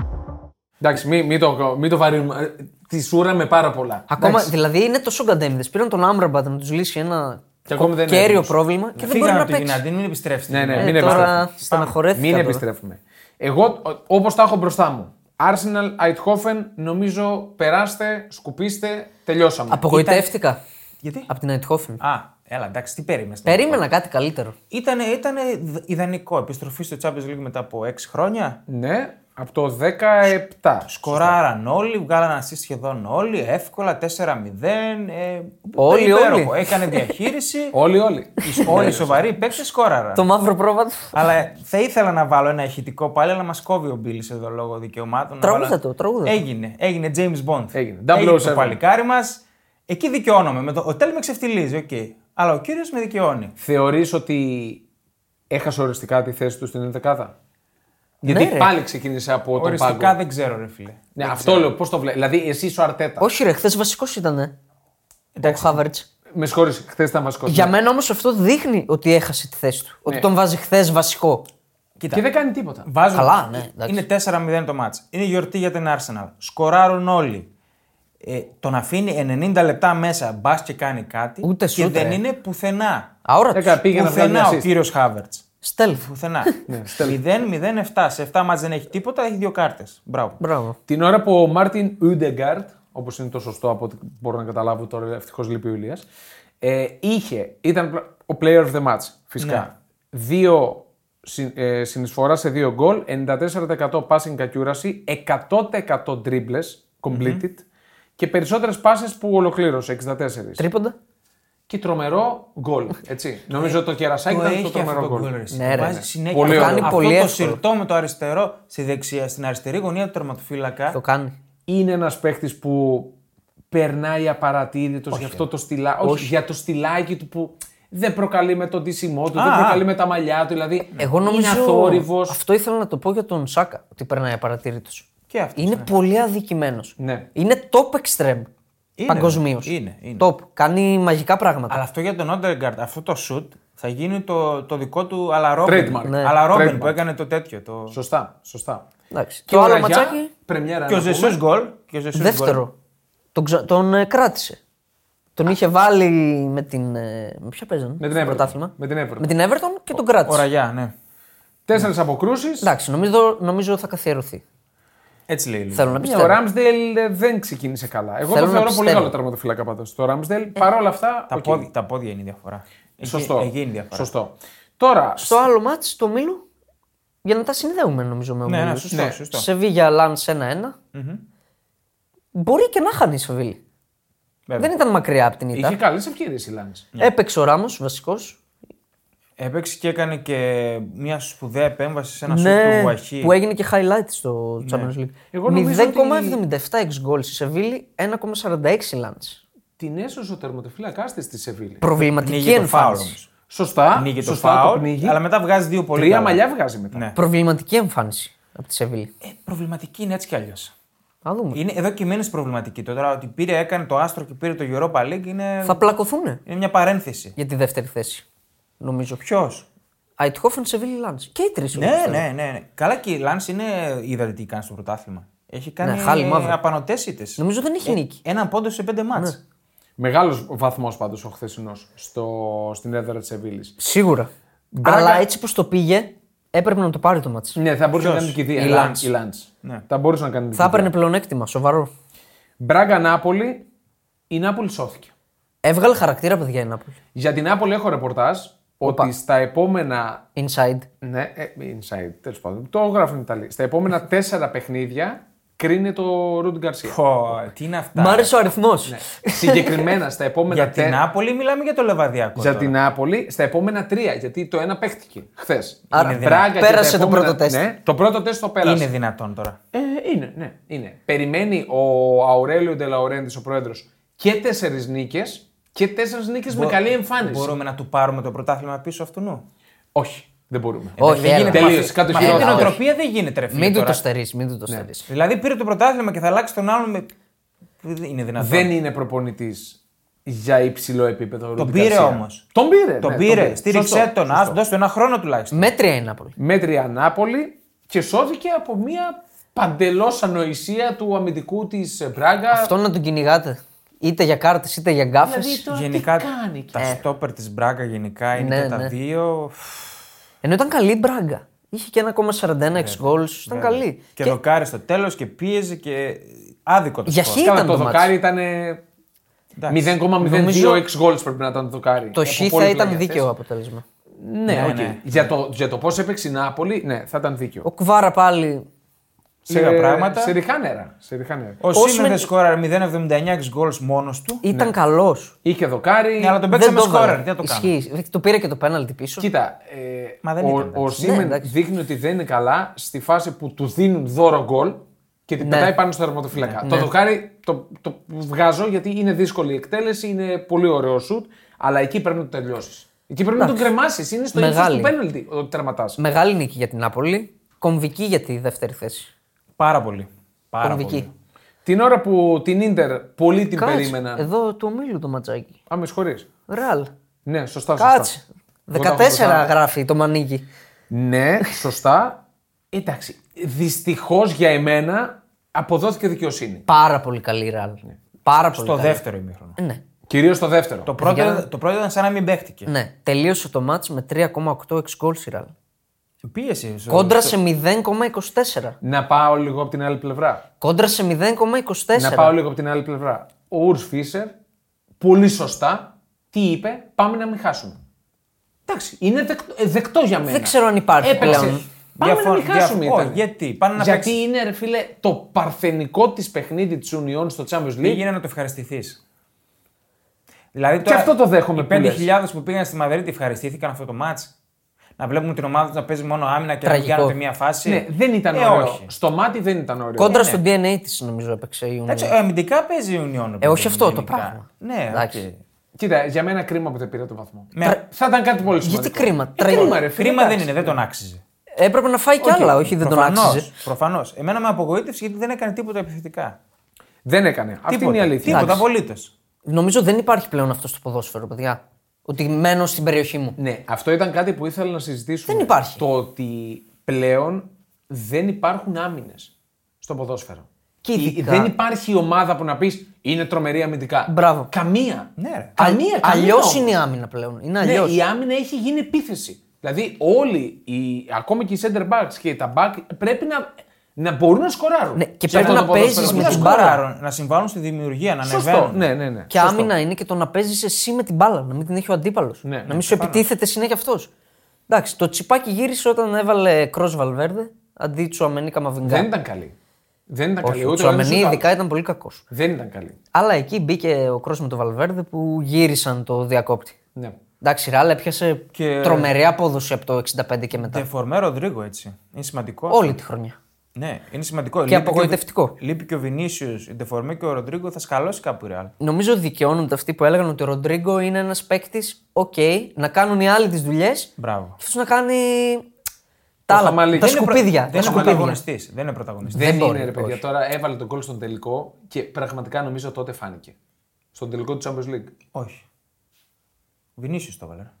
S1: Εντάξει, μην, μην το, μην το βαρύνουμε. Ε, Τη σούρα με πάρα πολλά.
S2: Ακόμα,
S1: Εντάξει.
S2: δηλαδή είναι τόσο γκαντέμιδες. Πήραν τον Άμραμπατ να τους λύσει ένα
S1: Και ακόμα δεν είναι
S2: κέριο
S1: έτοιμος.
S2: πρόβλημα και δεν μπορεί
S3: Φύγαμε
S2: να
S3: από τη
S2: παίξει.
S3: Γιουνάντι, μην επιστρέψετε.
S1: Ναι, ναι,
S2: Ε,
S1: μην
S2: τώρα
S1: επιστρέφουμε.
S2: στεναχωρέθηκα.
S1: Μην
S2: τώρα.
S1: επιστρέφουμε. Εγώ όπως τα έχω μπροστά μου. Arsenal, Eindhoven, νομίζω περάστε, σκουπίστε, τελειώσαμε.
S2: Απογοητεύτηκα
S3: Γιατί?
S2: από την Αιτχόφεν.
S3: Α, Έλα, εντάξει, τι περίμενες.
S2: Περίμενα κάτι καλύτερο.
S3: Ήταν ήτανε δ- ιδανικό. Επιστροφή στο Champions League μετά από 6 χρόνια.
S1: Ναι, από το 17.
S3: Σκοράραν όλοι, βγάλαν assist σχεδόν όλοι, εύκολα, 4-0. Ε,
S2: Όλοι,
S3: υπέροχο.
S2: όλοι.
S3: Έκανε διαχείριση.
S1: Όλοι, όλοι.
S3: όλοι οι σοβαροί παίξε σκόραραν.
S2: Το μαύρο πρόβατο.
S3: Αλλά θα ήθελα να βάλω ένα ηχητικό πάλι, αλλά μας κόβει ο Μπίλι εδώ λόγω δικαιωμάτων. Να
S2: Τραγούδα
S3: βάλω-
S2: το, τραγούδα το.
S3: Έγινε, έγινε James Bond.
S1: Έγινε. 007.
S3: το παλικάρι μας. Εκεί δικαιώνομαι. Με το... Ο Τέλ με ξεφτυλίζει, οκ. Αλλά ο κύριος με δικαιώνει.
S1: Θεωρείς ότι έχασε οριστικά τη θέση του στην 11 Γιατί
S2: Ναι, ρε.
S1: πάλι ξεκίνησε από τον
S3: Οριστικά
S1: πάγκο.
S3: δεν ξέρω, ρε φίλε.
S1: Ναι, αυτό λέω. Πώς το βλέπει. Δηλαδή, εσύ είσαι ο Αρτέτα.
S2: Όχι, ρε, χθες βασικός ήταν. Ο Χάβερτ.
S1: Με συγχωρείς, χθες ήταν βασικός.
S2: Για μένα όμως αυτό δείχνει ότι έχασε τη θέση του. Ότι τον βάζει χθες βασικό.
S3: Κοίτα.
S1: Και δεν κάνει τίποτα.
S3: Βάζουν...
S2: Καλά, ναι, εντάξει.
S3: Είναι 4-0 το μάτς. Είναι γιορτή για την Arsenal. Σκοράρουν όλοι. Ε, τον αφήνει 90 λεπτά μέσα, μπας και κάνει κάτι.
S2: Ούτε
S3: και
S2: σούτ,
S3: δεν
S2: ρε.
S3: είναι πουθενά.
S1: Έκα-
S2: Αόρατο.
S1: πήγε να βγάλει
S3: πουθενά ο
S1: assist.
S3: κύριος Χάβερτ.
S2: Στέλφ.
S3: Πουθενά. 0-0-7. Σε 7 μάτς δεν έχει τίποτα, έχει δύο κάρτες. Μπράβο.
S2: Μπράβο.
S1: Την ώρα που ο Μάρτιν Ούντεγκαρτ, όπως είναι το σωστό από ό,τι μπορώ να καταλάβω τώρα, ευτυχώς λείπει ο Ηλίας, ε, είχε, ήταν ο player of the match φυσικά.
S3: Ναι.
S1: Δύο συν- ε, συνεισφορά σε δύο γκολ, 94% passing κακιούραση, 100% dribbles completed και περισσότερες πάσει που ολοκλήρωσε, 64.
S2: Τρίποντα.
S1: Και τρομερό γκολ. Έτσι. Νομίζω το κερασάκι
S3: Ε, Το
S1: ήταν
S3: έχει
S1: το
S3: αυτό
S1: τρομερό
S3: το γκολ.
S1: γκολ.
S3: ρε, εσύ.
S2: Ναι, ρε,
S3: Βάζει
S2: ναι.
S3: συνέχεια.
S1: Πολύ
S3: αυτό-
S1: ωραίο.
S2: Κάνει πολύ
S3: Αυτό το
S2: εύκολο.
S3: συρτό με το αριστερό στη δεξιά, στην αριστερή γωνία του τερματοφύλακα.
S2: Το κάνει.
S1: είναι ένας παίχτη που περνάει απαρατήρητο για αυτό το στυλάκι. Όχι. για το στυλάκι του που δεν προκαλεί με τον ντύσιμό του, δεν
S3: Α,
S1: προκαλεί με τα μαλλιά του. Δηλαδή
S2: Ναι. Εγώ νομίζω.
S1: είναι αθόρυβος.
S2: Αυτό ήθελα να το πω για τον Σάκα. Ότι περνάει απαρατήρητος.
S3: Και αυτός. ναι.
S2: Είναι πολύ αδικημένος.
S1: Ναι.
S2: Είναι top extreme. Παγκοσμίως.
S3: είναι, είναι.
S2: Top. Κάνει μαγικά πράγματα.
S3: Αλλά αυτό για τον Όντεργαρτ, αυτό το σουτ θα γίνει το, το δικό του Αλαρόμπεν.
S1: Trademark.
S2: Ναι.
S3: Αλαρόμπεν
S1: Trademark.
S3: που έκανε το τέτοιο. Το...
S1: Σωστά, ναι. σωστά.
S2: Εντάξει. Το άλλο
S1: Τώρα για
S2: ματσάκι.
S1: Πρεμιέρα.
S3: Και ο
S1: να πούμε.
S3: Ζεσούς γκολ. και ο Ζεσούς γκολ.
S2: Δεύτερο. Τον, ξα- τον ε, κράτησε. Τον είχε βάλει με την. ε, Με ποια παίζανε.
S1: την
S2: στο
S1: Everton.
S2: πρωτάθλημα.
S1: Με την Everton.
S2: Με την Everton και τον κράτησε.
S3: Ο Ραγιά, ναι.
S1: Τέσσερις αποκρούσεις.
S2: Εντάξει, νομίζω, νομίζω θα καθιερωθεί.
S3: Έτσι λέει λίγο.
S2: Θέλω να
S1: Ναι, Ο
S2: πιστεύω.
S1: Ράμσδελ ε, δεν ξεκίνησε καλά. Εγώ
S2: Θέλω
S1: το
S2: να
S1: θεωρώ πολύ
S2: πιστεύω. Ε,
S1: καλό τερματοφύλακα πάντως. Το Ράμσδελ παρόλα αυτά.
S3: Τα,
S1: οκ.
S3: πόδια, τα πόδια είναι η διαφορά. Εκεί-
S1: Σωστό.
S3: Εκεί είναι η διαφορά.
S1: Σωστό. Τώρα,
S2: Στο άλλο μάτς του Μήλου, για να τα συνδέουμε νομίζω με ο
S3: Ναι, ναι,
S2: Μίλους.
S3: σωστό.
S1: Ναι.
S3: σωστό.
S2: Σεβίγια Λάνς 1-1. Μπορεί και να χάνει η Σεβίλη.
S3: Βέβαια.
S2: Δεν ήταν μακριά από την ήττα.
S1: είχε καλές ευκαιρίες η Λάνης.
S2: Έπαιξε ο Ράμος, βασικός.
S3: Έπαιξε και έκανε και μια σπουδαία επέμβαση σε ένα σουτ του
S2: Ναι,
S3: Γουαχή.
S2: που έγινε και highlight στο Champions League.
S1: Εγώ νομίζω
S2: 0,77 εξ γκολ στη Σεβίλη, 1,46 η Λάνς.
S1: Την έσωσε ο τερματοφύλακα της στη Σεβίλη.
S2: Προβληματική
S3: Πνίγει το φάουλ
S2: εμφάνιση.
S3: όμως.
S1: Σωστά.
S3: Πνίγει το
S1: σωστά
S3: φάουλ,
S1: πνίγει.
S3: αλλά μετά βγάζει δύο πολύ
S1: Τρία
S3: καλά.
S1: μαλλιά βγάζει μετά.
S3: Ναι.
S2: Προβληματική εμφάνιση από τη Σεβίλη.
S3: Ε, προβληματική είναι έτσι κι αλλιώς.
S2: Να δούμε.
S3: Είναι εδώ κειμένης προβληματική. Το τώρα ότι πήρε, έκανε το άστρο και πήρε το Europa League είναι,
S2: Θα πλακωθούν
S3: είναι μια παρένθεση.
S2: για τη δεύτερη θέση, νομίζω.
S3: Ποιος.
S2: Αιτχόφεν, Σεβίλη, Λάνς. Και οι τρεις.
S3: Ναι,
S2: όπως θέλω.
S3: ναι, ναι, ναι. Καλά και η Λάνς είναι η ιδανική κάνει στο πρωτάθλημα. Έχει κάνει
S2: Ναι, χάλι μαύρο.
S3: απανοτέσιτες.
S2: Νομίζω δεν
S3: Ε,
S2: έχει νίκη. Ναι.
S3: Έναν πόντο σε πέντε μάτς.
S1: Μεγάλος βαθμός πάντως ο χθεσινός στην έδρα της Σεβίλη.
S2: Σίγουρα. Αλλά έτσι πως το πήγε, έπρεπε να το πάρει το μάτς.
S1: Ναι, θα μπορούσε να
S3: Ποιος? Ναι.
S1: κάνει νικητή.
S2: Η Λαντς.
S1: Η Λαντς. Θα μπορούσε να κάνει
S2: Θα
S1: νικητή.
S2: έπαιρνε πλεονέκτημα, σοβαρό.
S1: Μπράγκα Νάπολη, η Νάπολη σώθηκε.
S2: Έβγαλε χαρακτήρα, παιδιά, η Νάπολη.
S1: Για την Νάπολη έχω ρεπορτάζ ότι στα επόμενα.
S2: Inside.
S1: Ναι, ε, inside, τέλος πάντων. Το γράφουν οι Ιταλοί. Στα επόμενα τέσσερα παιχνίδια κρίνει το Ρούντ Γκαρσία.
S3: Πω, τι είναι αυτά.
S2: Μ' άρεσε ο αριθμός.
S3: Ναι.
S1: Συγκεκριμένα στα επόμενα
S3: Για την
S1: τέσσερα.
S3: Νάπολη μιλάμε για το Λεβαδιακό.
S1: Για
S3: τώρα.
S1: την Νάπολη στα επόμενα τρία. Γιατί το ένα παίχτηκε χθες.
S2: Άρα πέρασε το πρώτο τεστ.
S1: Ναι, το πρώτο τεστ το πέρασε.
S3: Είναι δυνατόν τώρα.
S1: Ε, είναι, ναι, είναι. Περιμένει ο Αουρέλιο Ντελαουρέντη, ο πρόεδρος, και τέσσερις νίκες και τέσσερις νίκες με καλή εμφάνιση.
S3: Μπορούμε να του πάρουμε το πρωτάθλημα πίσω αυτού νου.
S1: Όχι, δεν μπορούμε.
S2: Όχι,
S3: Ε, δεν
S2: έλα.
S3: γίνεται.
S1: Τελείωσε,
S3: Μα αυτή-
S1: κάτω
S3: μα αυτή
S1: χειρότερα.
S3: την οτροπία δεν γίνεται ρε φίλε,
S2: Μην του
S3: τώρα.
S2: το στερείς, μην του το στερείς.
S3: Δηλαδή πήρε το πρωτάθλημα και θα αλλάξει τον άλλον με. Δεν είναι δυνατόν.
S1: Δεν είναι προπονητής για υψηλό επίπεδο. ο Ρούντι
S3: πήρε
S1: Γκαρσία.
S3: όμως.
S1: Τον πήρε.
S3: Τον
S1: ναι,
S3: πήρε, στήριξε
S1: Σωστό,
S3: τον,
S1: σωστό.
S3: ας, δώσ' του ένα χρόνο τουλάχιστον.
S2: Μέτρια η Νάπολη.
S1: Μέτρη Ανάπολη και σώθηκε από μια παντελώς ανοησία του αμυντικού της Μπράγκα.
S2: Αυτό να τον κυνηγάτε. Είτε για κάρτες είτε για γκάφες.
S1: Δηλαδή, το- Τώρα τι
S3: Γενικά
S1: κάνει,
S3: τα στόπερ της Μπράγκα γενικά είναι
S2: Ε. Ναι,
S3: και τα
S2: ναι.
S3: δύο.
S2: Ενώ ήταν καλή η Μπράγκα. Είχε και 1,41 εξ γκολ. Ήταν καλή.
S3: Ναι, Και, δοκάρι στο τέλος και πίεζε και άδικο το
S2: Για
S3: σκορ.
S2: χι
S1: Καλά,
S2: ήταν
S1: το
S2: το μάτς.
S1: δοκάρι ήταν.
S3: Εντάξει.
S1: 0,026 γκολ πρέπει να ήταν το δοκάρι.
S2: Το
S1: Από
S2: χ
S1: πολλούς
S2: θα ήταν
S1: λογιατές.
S2: δίκαιο αποτέλεσμα.
S1: Ναι,
S3: Ναι,
S1: οκ.
S3: ναι.
S1: Για το, για το πώς έπαιξε η Νάπολη, ναι, θα ήταν δίκαιο.
S2: Ο Κουβάρα πάλι.
S3: Λίγα πράγματα.
S1: Σε ριχά νερά. Σε ριχά νερά.
S3: Ο
S2: Όσιμεν-
S3: Σίμεν δεν σκόραρε 0,79 γκολ μόνος του.
S2: ήταν καλός.
S1: Είχε δοκάρι.
S3: Ναι, αλλά τον
S2: καλό.
S3: Ναι. παίξαμε σκόραρ. Τι να το κάνουμε.
S2: Ισχύει. Το πήρε και το πέναλτι πίσω.
S1: Κοίτα, ε,
S3: Μα δεν
S1: ο,
S3: ήταν,
S1: ο
S3: εντάξει.
S1: Σίμεν
S2: Ναι, εντάξει.
S1: δείχνει ότι δεν είναι καλά στη φάση που του δίνουν δώρο γκολ και την
S2: Ναι.
S1: πετάει πάνω στο
S3: Ναι,
S1: τερματοφύλακα. Το δοκάρι το, το βγάζω γιατί είναι δύσκολη η εκτέλεση, είναι πολύ ωραίο σουτ, αλλά εκεί πρέπει να το τελειώσεις. Εκεί πρέπει να τον κρεμάσεις. Είναι στο ύψος
S2: Μεγάλη.
S1: του πέναλτι ότι τερματάς.
S2: Μεγάλη νίκη για την Νάπολη. Κομβική για τη δεύτερη θέση.
S3: Πάρα πολύ. Πάρα πολύ.
S2: Κομβική.
S1: Την ώρα που την ντερ πολλοί την
S2: Κάτσε,
S1: περίμεναν.
S2: Εδώ του ομίλου το ματσάκι.
S1: Α, με συγχωρείς.
S2: Ραλ.
S1: Ναι, σωστά, σωστά.
S2: Κάτσε.
S1: Εγώ τα έχω
S2: 14
S1: μπροστά.
S2: γράφει το μανίκι.
S1: Ναι, σωστά. Εντάξει. Δυστυχώς για εμένα αποδόθηκε δικαιοσύνη.
S2: Πάρα πολύ καλή η Ραλ. Πάρα πολύ
S3: Ναι. Στο
S2: καλή.
S3: δεύτερο ημίχρονο.
S2: Ναι,
S1: Κυρίως το δεύτερο.
S3: Το πρώτο,
S2: Για-
S3: το πρώτο ήταν σαν να μην παίχτηκε.
S2: ναι. Τελείωσε το μάτς με 3,86 γκολ η Ραλ.
S3: Πίεση. στο-
S2: Κόντρα
S3: Ναι, στο-
S2: σε 0,24.
S1: Να πάω λίγο από την άλλη πλευρά.
S2: Κόντρα σε 0,24.
S1: Να πάω λίγο από την άλλη πλευρά. Ο Ουρ Φίσερ, πολύ σωστά, τι είπε, πάμε να μην χάσουμε. Εντάξει, είναι δεκτό, ε, δεκτός για μένα.
S2: Δεν ξέρω αν υπάρχει
S1: Έπαιξε.
S2: πλέον.
S1: Πάμε
S3: Διαφο-
S1: να μην
S3: διαφο-
S1: χάσουμε.
S3: Όχι,
S1: ήταν.
S3: γιατί. Πάνε να
S1: Γιατί
S3: παίξεις.
S1: είναι, ρε φίλε, το παρθενικό της παιχνίδι της Union στο Champions League.
S3: Πήγαινε να το ευχαριστηθείς. Δηλαδή,
S1: Και αυτό το δέχομαι
S3: Οι
S1: που λες.
S3: 5.000 που πήγαν στη Μαδρίτη ευχαριστήθηκαν αυτό το μάτ. Να βλέπουμε την ομάδα τους να παίζει μόνο άμυνα και
S2: Τραγικό.
S3: να πιάνονται μία φάση.
S1: Ναι, δεν ήταν
S3: ε,
S1: ωραίο. Ναι.
S3: Όχι.
S1: Στο μάτι δεν ήταν ωραίο.
S2: Κόντρα στο DNA της νομίζω έπαιξε η
S3: Έτσι,
S2: Union.
S3: ε, αμυντικά παίζει η Union.
S2: Ε, όχι αυτό το
S3: γενικά.
S2: πράγμα.
S3: Ναι,
S2: Εντάξει.
S3: οκ.
S1: Κοίτα, για μένα κρίμα που δεν πήρε το βαθμό.
S3: Με-
S1: Θα ήταν κάτι πολύ σημαντικό.
S2: Γιατί κρίμα,
S1: ε,
S2: τραγικό.
S1: κρίμα, ρε, φίλε,
S3: Κρίμα δεν
S1: εντάξει.
S3: είναι, δεν τον άξιζε.
S1: ε,
S2: Έπρεπε να φάει κι άλλα, όχι δεν τον άξιζε.
S3: Προφανώς. Εμένα με απογοήτευσε γιατί δεν έκανε τίποτα επιθετικά.
S1: Δεν έκανε. Αυτή είναι η αλήθεια.
S3: Τίποτα
S2: Εντάξει.
S3: απολύτως.
S2: Νομίζω δεν υπάρχει πλέον αυτό στο ποδόσφαιρο, παιδιά. Ότι μένω στην περιοχή μου.
S1: Ναι, αυτό ήταν κάτι που ήθελα να συζητήσουμε.
S2: Δεν υπάρχει.
S1: Το ότι πλέον δεν υπάρχουν άμυνες στο ποδόσφαιρο.
S2: Και
S1: Η-
S2: ειδικά-
S1: Δεν υπάρχει ομάδα που να πεις είναι τρομερή αμυντικά.
S2: Μπράβο.
S1: Καμία.
S3: Ναι, ρε.
S1: Καμία. καμία
S2: Αλλιώς
S1: όμως.
S2: είναι η άμυνα πλέον. Είναι
S1: Ναι,
S2: αλλιώς.
S1: η άμυνα έχει γίνει επίθεση. Δηλαδή όλοι, οι, ακόμη και οι center backs και τα back πρέπει να, να μπορούν να σκοράρουν.
S2: Ναι, και
S1: Σε
S2: πρέπει
S1: αυτό
S2: να
S1: το ποδόσφαιρο.
S2: παίζεις με
S1: Να
S3: Να
S2: την
S1: σκοράρουν.
S2: μπάρα.
S3: σκοράρουν, να συμβάλλουν στη δημιουργία, να
S1: Σωστό.
S3: ανεβαίνουν.
S1: Ναι, ναι, ναι.
S2: Και άμυνα είναι και το να παίζεις εσύ με την μπάλα, να μην την έχει ο αντίπαλος.
S1: Ναι,
S2: να
S1: ναι,
S2: μην σου επιτίθεται συνέχεια αυτός. Εντάξει, το τσιπάκι γύρισε όταν έβαλε κρό Βαλβέρδε αντί Τσουαμενί Καμαβιγκά.
S1: Δεν ήταν καλή. Δεν ήταν καλή.
S2: Όχι, ο
S1: Ούτε ο ένας
S2: Τσουαμενί
S1: ούτε ο
S2: ειδικά
S1: άλλος.
S2: ήταν πολύ κακός.
S1: Δεν ήταν καλή.
S2: Αλλά εκεί μπήκε ο κρό με το Βαλβέρδε που γύρισαν το διακόπτη.
S1: Ναι.
S2: Εντάξει, η Ράλα έπιασε
S3: Και-
S2: τρομερή απόδοση από το 65 και μετά.
S3: Τεφορμέ Ροδρίγκο, Ναι, έτσι. Είναι σημαντικός.
S2: Όλη τη χρονιά.
S3: Ναι, είναι σημαντικό.
S2: Και απογοητευτικό.
S3: Και ο... Λείπει και ο Βινίσιος, η Ντεφορμέ και ο Ροντρίγκο θα σκαλώσει κάπου η Ρεάλ.
S2: Νομίζω δικαιώνονται αυτοί που έλεγαν ότι ο Ροντρίγκο είναι ένας παίκτης. Οκ, να κάνουν οι άλλοι τις δουλειές.
S3: Μπράβο.
S2: Και αυτός να κάνει. Τα άλλα.
S1: χαμαλή.
S2: Τα
S1: Δεν είναι
S2: σκουπίδια.
S3: Δεν
S2: τα
S3: είναι
S2: σκουπίδια.
S3: πρωταγωνιστής. Δεν είναι πρωταγωνιστής.
S1: Δεν,
S2: μπορεί,
S1: είναι ρε παιδιά.
S2: όχι.
S1: Τώρα έβαλε τον κόλ στον τελικό και πραγματικά νομίζω τότε φάνηκε. Στον τελικό του Champions League.
S3: Όχι. Βινίσιος το έβαλε. ρε.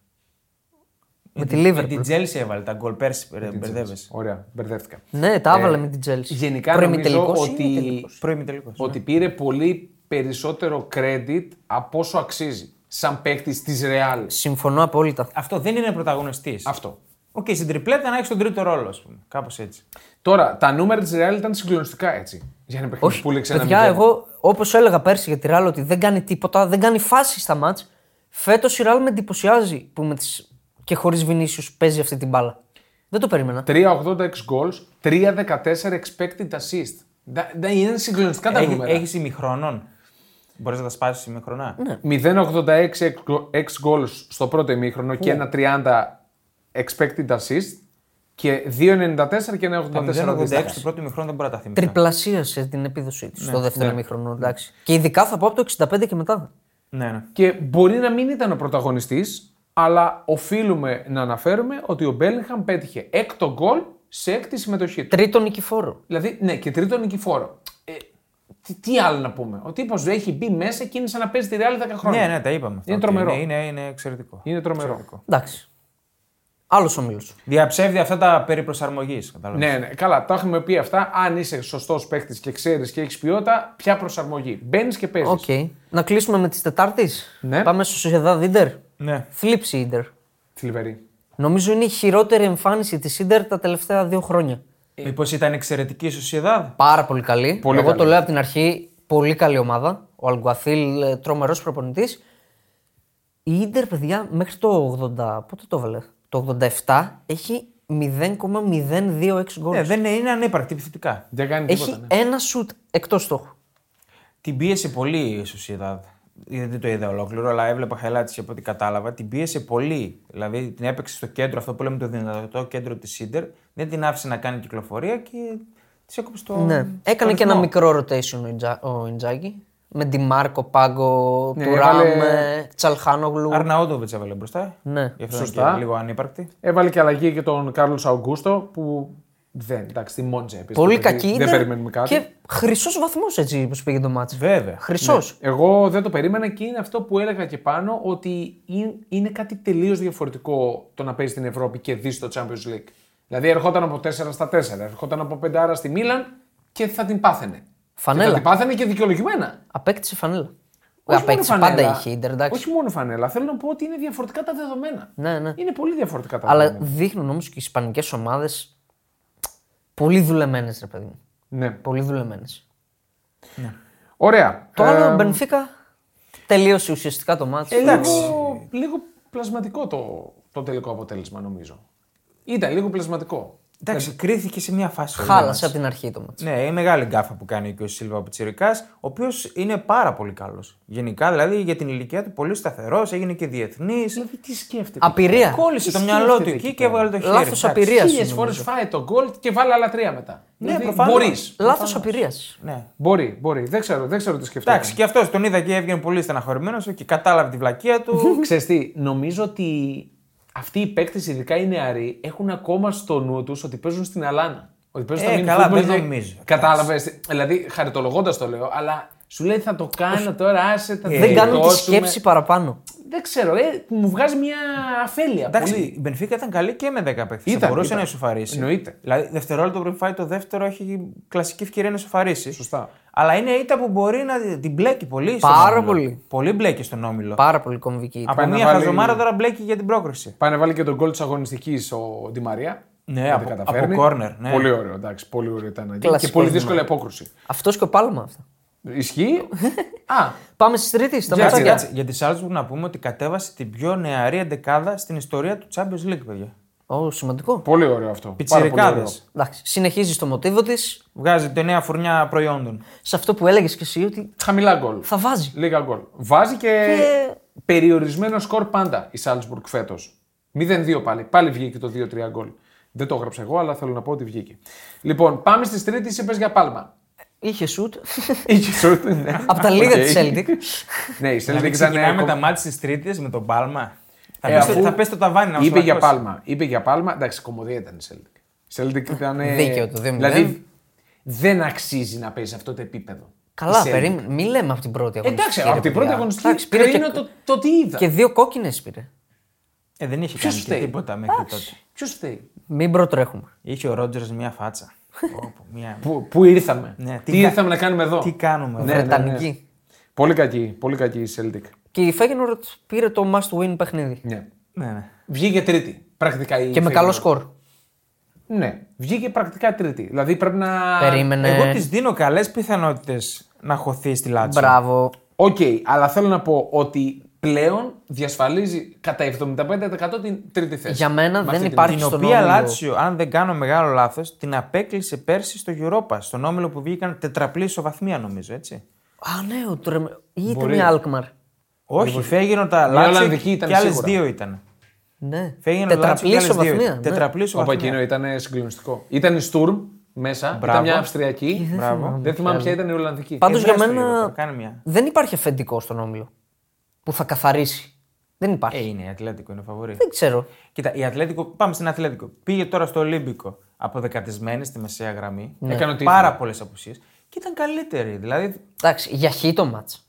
S2: Με τη
S3: Με την
S2: Λίβερπουλ.
S3: Τζέλση έβαλε τα γκολ πέρσι. Μπερδεύεσαι.
S1: Ωραία, μπερδεύτηκα. Ε,
S2: Ναι, τα έβαλε με την Τζέλση.
S1: Γενικά νομίζω ότι,
S3: Πρώιμη τελικός.
S1: ότι πήρε πολύ περισσότερο credit από όσο αξίζει. Σαν παίκτης της Real.
S2: Συμφωνώ απόλυτα.
S3: Αυτό δεν είναι πρωταγωνιστής.
S1: Αυτό.
S3: Οκ, στην τριπλέτα να έχεις τον τρίτο ρόλο, ας πούμε. Κάπως έτσι.
S1: Τώρα, τα νούμερα της Real ήταν συγκλονιστικά έτσι. Για ένα παιχνίδι
S2: Όχι,
S1: που λήξε ένα
S2: παιδιά,
S1: μηδέν.
S2: εγώ όπως έλεγα πέρσι για τη Ράλ ότι δεν κάνει τίποτα, δεν κάνει φάση στα μάτ. Φέτος η Ράλ με εντυπωσιάζει που με τις... και χωρίς Βινίσιους παίζει αυτή την μπάλα. Δεν το περίμενα.
S1: 3,86 goals, 3,14 expected assist. Δα- δα- Είναι συγκλονιστικά τα νούμερα.
S3: Έχεις ημιχρονών. Μπορείς να τα σπάσεις
S2: Ναι.
S3: ημιχρονά.
S1: 0,86 ex goals στο πρώτο ημίχρονο και ένα 30 expected assist και 2,94 και ένα 84
S3: Το 086
S1: δίστατα.
S3: του πρώτου ημιχρόνου δεν μπορεί να τα θυμηθεί.
S2: Τριπλασίασε την επίδοσή της στο δεύτερο ημίχρονο. Εντάξει. Και ειδικά θα πω από το 65 και μετά.
S3: Ναι, ναι.
S1: Και μπορεί να μην ήταν ο πρωταγωνιστής, αλλά οφείλουμε να αναφέρουμε ότι ο Μπέλιγχαμ πέτυχε έκτο γκολ σε έκτη συμμετοχή του.
S2: Τρίτο νικηφόρο.
S1: Δηλαδή, ναι, και τρίτο νικηφόρο. Ε, τι, τι άλλο να πούμε. Ο τύπος έχει μπει μέσα και είναι σαν να παίζει τη Real 10 χρόνια.
S3: Ναι, ναι, τα είπαμε. αυτά.
S1: Είναι
S3: Ότι
S1: τρομερό.
S3: Είναι, είναι, είναι εξαιρετικό.
S1: Είναι τρομερό.
S2: Εντάξει. Άλλος ομίλος.
S3: Διαψεύδει αυτά τα περί προσαρμογής.
S1: Ναι, ναι, καλά, τα έχουμε πει αυτά. Αν είσαι σωστός παίχτη και ξέρεις και έχεις ποιότητα, ποια προσαρμογή. Μπαίνεις και παίζεις.
S2: Οκ. Να κλείσουμε με τις Τετάρτης.
S1: Ναι.
S2: Πάμε στο Σοσιαδάδ Ιντερ.
S3: ναι.
S2: Θλίψη Ιντερ.
S1: Θλιβερή.
S2: Νομίζω είναι η χειρότερη εμφάνιση της Ιντερ τα τελευταία δύο χρόνια.
S3: Ε. Μήπως ήταν εξαιρετική η Σοσιαδάδ.
S2: Πάρα πολύ καλή.
S1: Πολύ
S2: Εγώ
S1: καλή.
S2: το λέω από την αρχή. Πολύ καλή ομάδα. Ο Αλγκουαθίλ, ε, τρομερός προπονητής. Η Ίντερ, παιδιά, μέχρι το 80, πότε το έβαλε, το 87, έχει 0,026 γκολ.
S3: Ναι, δεν είναι, είναι ανύπαρκτη επιθετικά.
S1: Δεν κάνει
S2: έχει
S1: Ε, τίποτα. Ναι.
S2: ένα σουτ εκτός στόχου.
S3: Την πίεσε πολύ η Sociedad. Ε, Δεν το είδα ολόκληρο, αλλά έβλεπα highlights και από ό,τι κατάλαβα. Την πίεσε πολύ. Δηλαδή την έπαιξε στο κέντρο, αυτό που λέμε το δυνατό κέντρο της Σίντερ. Δεν την άφησε να κάνει κυκλοφορία και της έκοψε το.
S2: Ναι.
S3: το
S2: Έκανε και
S3: ρυθμό.
S2: ένα μικρό rotation ο Ιντζα- ο Ιντζάκη. Με Ντι Μάρκο, Πάγκο,
S1: Ναι,
S2: Τουράμ,
S1: έβαλε-
S2: ε, Τσαλχάνογλου.
S3: Αρναούτοβιτ έβαλε μπροστά.
S2: Ναι.
S3: Γι' αυτό
S1: Σωστά.
S3: ήταν και λίγο ανύπαρκτη.
S1: Έβαλε και αλλαγή και τον Κάρλος Αουγκούστο που δεν. Εντάξει, τη Μόντζε επίσης,
S2: Πολύ
S1: το παιδί,
S2: κακή.
S1: Δεν
S2: ήταν
S1: περιμένουμε κάτι.
S2: Και χρυσός βαθμός έτσι όπως πήγε το μάτσο.
S3: Βέβαια.
S2: Χρυσός.
S1: ναι. Εγώ δεν το περίμενα και είναι αυτό που έλεγα και πάνω ότι είναι- είναι κάτι τελείως διαφορετικό το να παίζεις στην Ευρώπη και δεις το Champions League. Δηλαδή ερχόταν από 4 στα 4, ερχόταν από 5 άρα στη Μίλαν και θα την πάθαινε.
S2: Φανέλα.
S1: Και θα την πάθαινε και δικαιολογημένα.
S2: Απέκτησε φανέλα.
S1: Όχι μόνο
S2: Απέκτησε
S1: φανέλα.
S2: πάντα είχε η Ιντερ, εντάξει.
S1: Όχι μόνο φανέλα. Θέλω να πω ότι είναι διαφορετικά τα δεδομένα.
S2: Ναι, ναι.
S1: Είναι πολύ διαφορετικά τα
S2: Αλλά
S1: δεδομένα.
S2: δείχνουν όμως και οι ισπανικές ομάδες πολύ δουλεμένες, ρε παιδί μου.
S1: Ναι.
S2: Πολύ δουλεμένες.
S1: Ωραία.
S2: Το
S1: Ε,
S2: άλλο, Μπενφίκα, τελείωσε ουσιαστικά το μάτσο.
S1: ναι. Λίγο, λίγο πλασματικό το, το τελικό αποτέλεσμα, νομίζω. Ήταν λίγο πλασματικό.
S3: Εντάξει, κρίθηκε σε μια φάση. ο
S2: Χάλασε από
S3: Λένας.
S2: την αρχή το μάτσο.
S3: Ναι, η μεγάλη γκάφα που κάνει και ο Σίλβα από ο οποίος είναι πάρα πολύ καλός. Γενικά, δηλαδή για την ηλικία του, πολύ σταθερός, έγινε και διεθνής.
S1: Δηλαδή, τι σκέφτεται.
S2: Απειρία.
S3: Κόλλησε το
S1: Τι
S3: μυαλό του
S1: σκέφτεται εκεί
S3: εκεί και
S1: πέρα.
S3: έβγαλε το χέρι.
S2: Λάθος
S3: Εντάξει.
S2: απειρίας.
S1: Χίλιες
S2: νομίζω.
S1: φορέ φάει το γκολ και βάλει άλλα τρία μετά. Ναι,
S3: προφανώς.
S1: Μπορείς. ε,
S2: Λάθος απειρίας.
S3: Ναι.
S1: Μπορεί, μπορεί. Δεν ξέρω, δεν ξέρω τι σκεφτόταν.
S3: Εντάξει, και αυτός τον είδα και έβγαινε πολύ στεναχωρημένος και κατάλαβε τη βλακεία του.
S1: Ξέρεις τι, νομίζω ότι αυτοί οι παίκτες, ειδικά οι νεαροί, έχουν ακόμα στο νου τους ότι παίζουν στην Αλάνα. Ότι παίζουν
S3: Ε,
S1: στο mini
S3: καλά,
S1: football
S3: δεν
S1: και-
S3: νομίζω.
S1: Κατάλαβες, δηλαδή χαριτολογώντας το λέω, αλλά σου λέει θα το κάνω τώρα, άσε
S3: Ε,
S1: τα
S2: Δεν κάνουν τη
S1: τελειώσουμε.
S2: σκέψη παραπάνω.
S1: Δεν ξέρω, ε, μου βγάζει μια αφέλεια.
S3: Εντάξει,
S1: πολύ.
S3: η Μπενφίκα ήταν καλή και με 10 παίχτε.
S1: Ήταν,
S3: Μπορούσε
S1: ήταν.
S3: να ισοφαρίσει.
S1: Εννοείται.
S3: Δηλαδή, δευτερόλεπτο πριν φάει το δεύτερο, έχει κλασική ευκαιρία να ισοφαρίσει.
S1: Σωστά.
S3: Αλλά είναι ήττα που μπορεί να την μπλέκει πολύ. στον
S2: Πάρα
S3: όμιλο.
S2: πολύ.
S3: Πολύ μπλέκει στον όμιλο.
S2: Πάρα πολύ κομβική.
S3: Από
S1: Πάει να
S3: μια
S1: βάλει-
S3: χαζομάρα τώρα μπλέκει για την πρόκριση.
S1: Πάει να βάλει και τον γκολ της αγωνιστικής ο Ντι Μαρία.
S3: Ναι,
S1: Δεν τα
S3: από-
S1: καταφέρνει.
S3: από corner, ναι.
S1: Πολύ ωραίο, εντάξει. Πολύ ωραίο ήταν. και
S2: Κλασικό
S1: πολύ
S2: Ντι
S1: δύσκολη απόκρουση.
S2: Αυτό και ο Πάλμα. Αυτά.
S1: Ισχύει. Α,
S2: Πάμε στις τρίτη, στα
S1: Για
S3: Κάτσε,
S1: σιγά.
S2: ματσάκια.
S3: κάτσε. Για τη Σάλτσμπουργκ να πούμε ότι κατέβασε την πιο νεαρή εντεκάδα στην ιστορία του Champions League, παιδιά.
S2: Ω, σημαντικό.
S1: πολύ ωραίο αυτό. Πάρα πολύ
S3: Πιτσιρικάδες.
S1: ωραίο.
S2: Εντάξει, συνεχίζει το μοτίβο της
S3: Βγάζει τη νέα φουρνιά προϊόντων.
S2: σε αυτό που έλεγες και εσύ ότι
S1: Χαμηλά γκολ.
S2: θα βάζει.
S1: Λίγα γκολ. Βάζει και,
S2: Και-
S1: περιορισμένο σκορ πάντα η Σάλτσμπουργκ φέτος. 0-2 πάλι. Πάλι βγήκε το 2-3 γκολ. Δεν το έγραψα εγώ, αλλά θέλω να πω ότι βγήκε. Λοιπόν, πάμε στις τρίτες, είπες για πάλμα.
S2: Είχε σουτ.
S1: Είχε σουτ, ναι.
S2: Από τα λίγα
S1: Οκ.
S2: της Celtic.
S1: Ναι, η
S3: Δηλαδή,
S1: Celtic ήταν
S3: ξεκινάμε
S1: κομ-
S3: τα μάτια τη Τρίτη με τον Πάλμα. Θα,
S1: Ε,
S3: πες,
S1: αφού
S3: θα πες το ταβάνι να μας
S1: Είπε για
S3: πλακώσει.
S1: πάλμα. Είπε για πάλμα. Εντάξει, κομμωδία ήταν η Celtic. Η Celtic ήταν. ε,
S2: Δίκαιο το 2-0.
S1: Δηλαδή δεν αξίζει να παίζει αυτό το επίπεδο.
S2: Καλά,
S1: Η Celtic.
S2: περίμενε. Μη λέμε από την πρώτη αγωνιστική.
S1: Εντάξει,
S2: ρε
S1: από την
S2: παιδιά.
S1: πρώτη αγωνιστική
S2: Εντάξει, πήρε
S1: κρίνω
S2: και...
S1: το, το τι είδα.
S2: και δύο κόκκινες πήρε.
S3: Ε, δεν είχε
S1: Ποιος
S3: κάνει και
S1: φταίει?
S3: τίποτα μέχρι τότε.
S1: Ποιος φταίει.
S2: Μην προτρέχουμε.
S3: Είχε ο Ρότζερ μια φάτσα. Όπου, μια...
S1: Πού, πού ήρθαμε.
S3: Ναι,
S1: τι
S3: τι κα-
S1: ήρθαμε να κάνουμε εδώ.
S3: Τι κάνουμε εδώ.
S1: Ναι, ναι, ναι.
S2: Βρετανική.
S1: Πολύ κακή, πολύ κακή η Celtic.
S2: Και η Φέγενορτ πήρε το must win παιχνίδι.
S1: Ναι.
S3: ναι, ναι.
S1: Βγήκε τρίτη πρακτικά η
S2: Και με
S1: Feyenoord.
S2: καλό σκορ.
S1: Ναι, βγήκε πρακτικά τρίτη. Δηλαδή πρέπει να.
S2: Περίμενε.
S3: Εγώ της δίνω καλές πιθανότητες να χωθεί στη Λάτσο.
S2: Μπράβο.
S1: Οκ, αλλά θέλω να πω ότι πλέον διασφαλίζει κατά 75% την τρίτη θέση.
S2: Για μένα
S1: Με
S2: δεν
S1: αυτή την-
S2: υπάρχει
S3: Την
S2: στον
S3: οποία
S2: όμιλο.
S3: Λάτσιο, αν δεν κάνω μεγάλο λάθος, την απέκλεισε πέρσι στο Europa. Στον όμιλο που βγήκαν τετραπλή ισοβαθμία, νομίζω, έτσι.
S2: Α, ναι, ο τρεμε... ή ήταν
S1: Μπορεί.
S2: η Αλκμαρ.
S3: Όχι, φέγγινο τα
S1: Λοιπόν, Ολλανδική
S3: Λάτσιο
S1: ήταν
S3: και άλλες
S1: σίγουρα.
S3: δύο ήταν.
S2: Ναι.
S3: Φέγγινο Λάτσιο
S2: Τετραπλή
S3: και άλλες δύο.
S2: ισοβαθμία.
S3: ήταν.
S2: ναι.
S3: Τετραπλή
S1: Όπα,
S3: ισοβαθμία.
S1: εκείνο ήταν συγκλονιστικό. Ήταν η Στουρμ μέσα,
S3: Μπράβο.
S1: ήταν μια
S2: Ε,
S1: Αυστριακή.
S3: Μπράβο.
S1: Δεν θυμάμαι ποια ήταν η Ολλανδική.
S2: Πάντως
S3: Ε,
S2: για
S3: βρες το λίγο
S2: μένα
S3: τώρα, κάνε μια.
S2: δεν υπάρχει αφεντικό στον όμιλο που θα καθαρίσει. Δεν υπάρχει.
S3: Ε, είναι η Ατλέτικο, είναι φαβορή.
S2: Δεν ξέρω.
S3: Κοίτα, η Ατλέτικο, πάμε στην Ατλέτικο. Πήγε τώρα στο Ολύμπικο αποδεκατισμένη στη μεσαία γραμμή.
S1: Έκανε ό,τι
S3: πάρα
S1: ήθελε.
S3: πολλές απουσίες και ήταν καλύτερη. Δηλαδή
S2: Εντάξει, για χ το μάτς.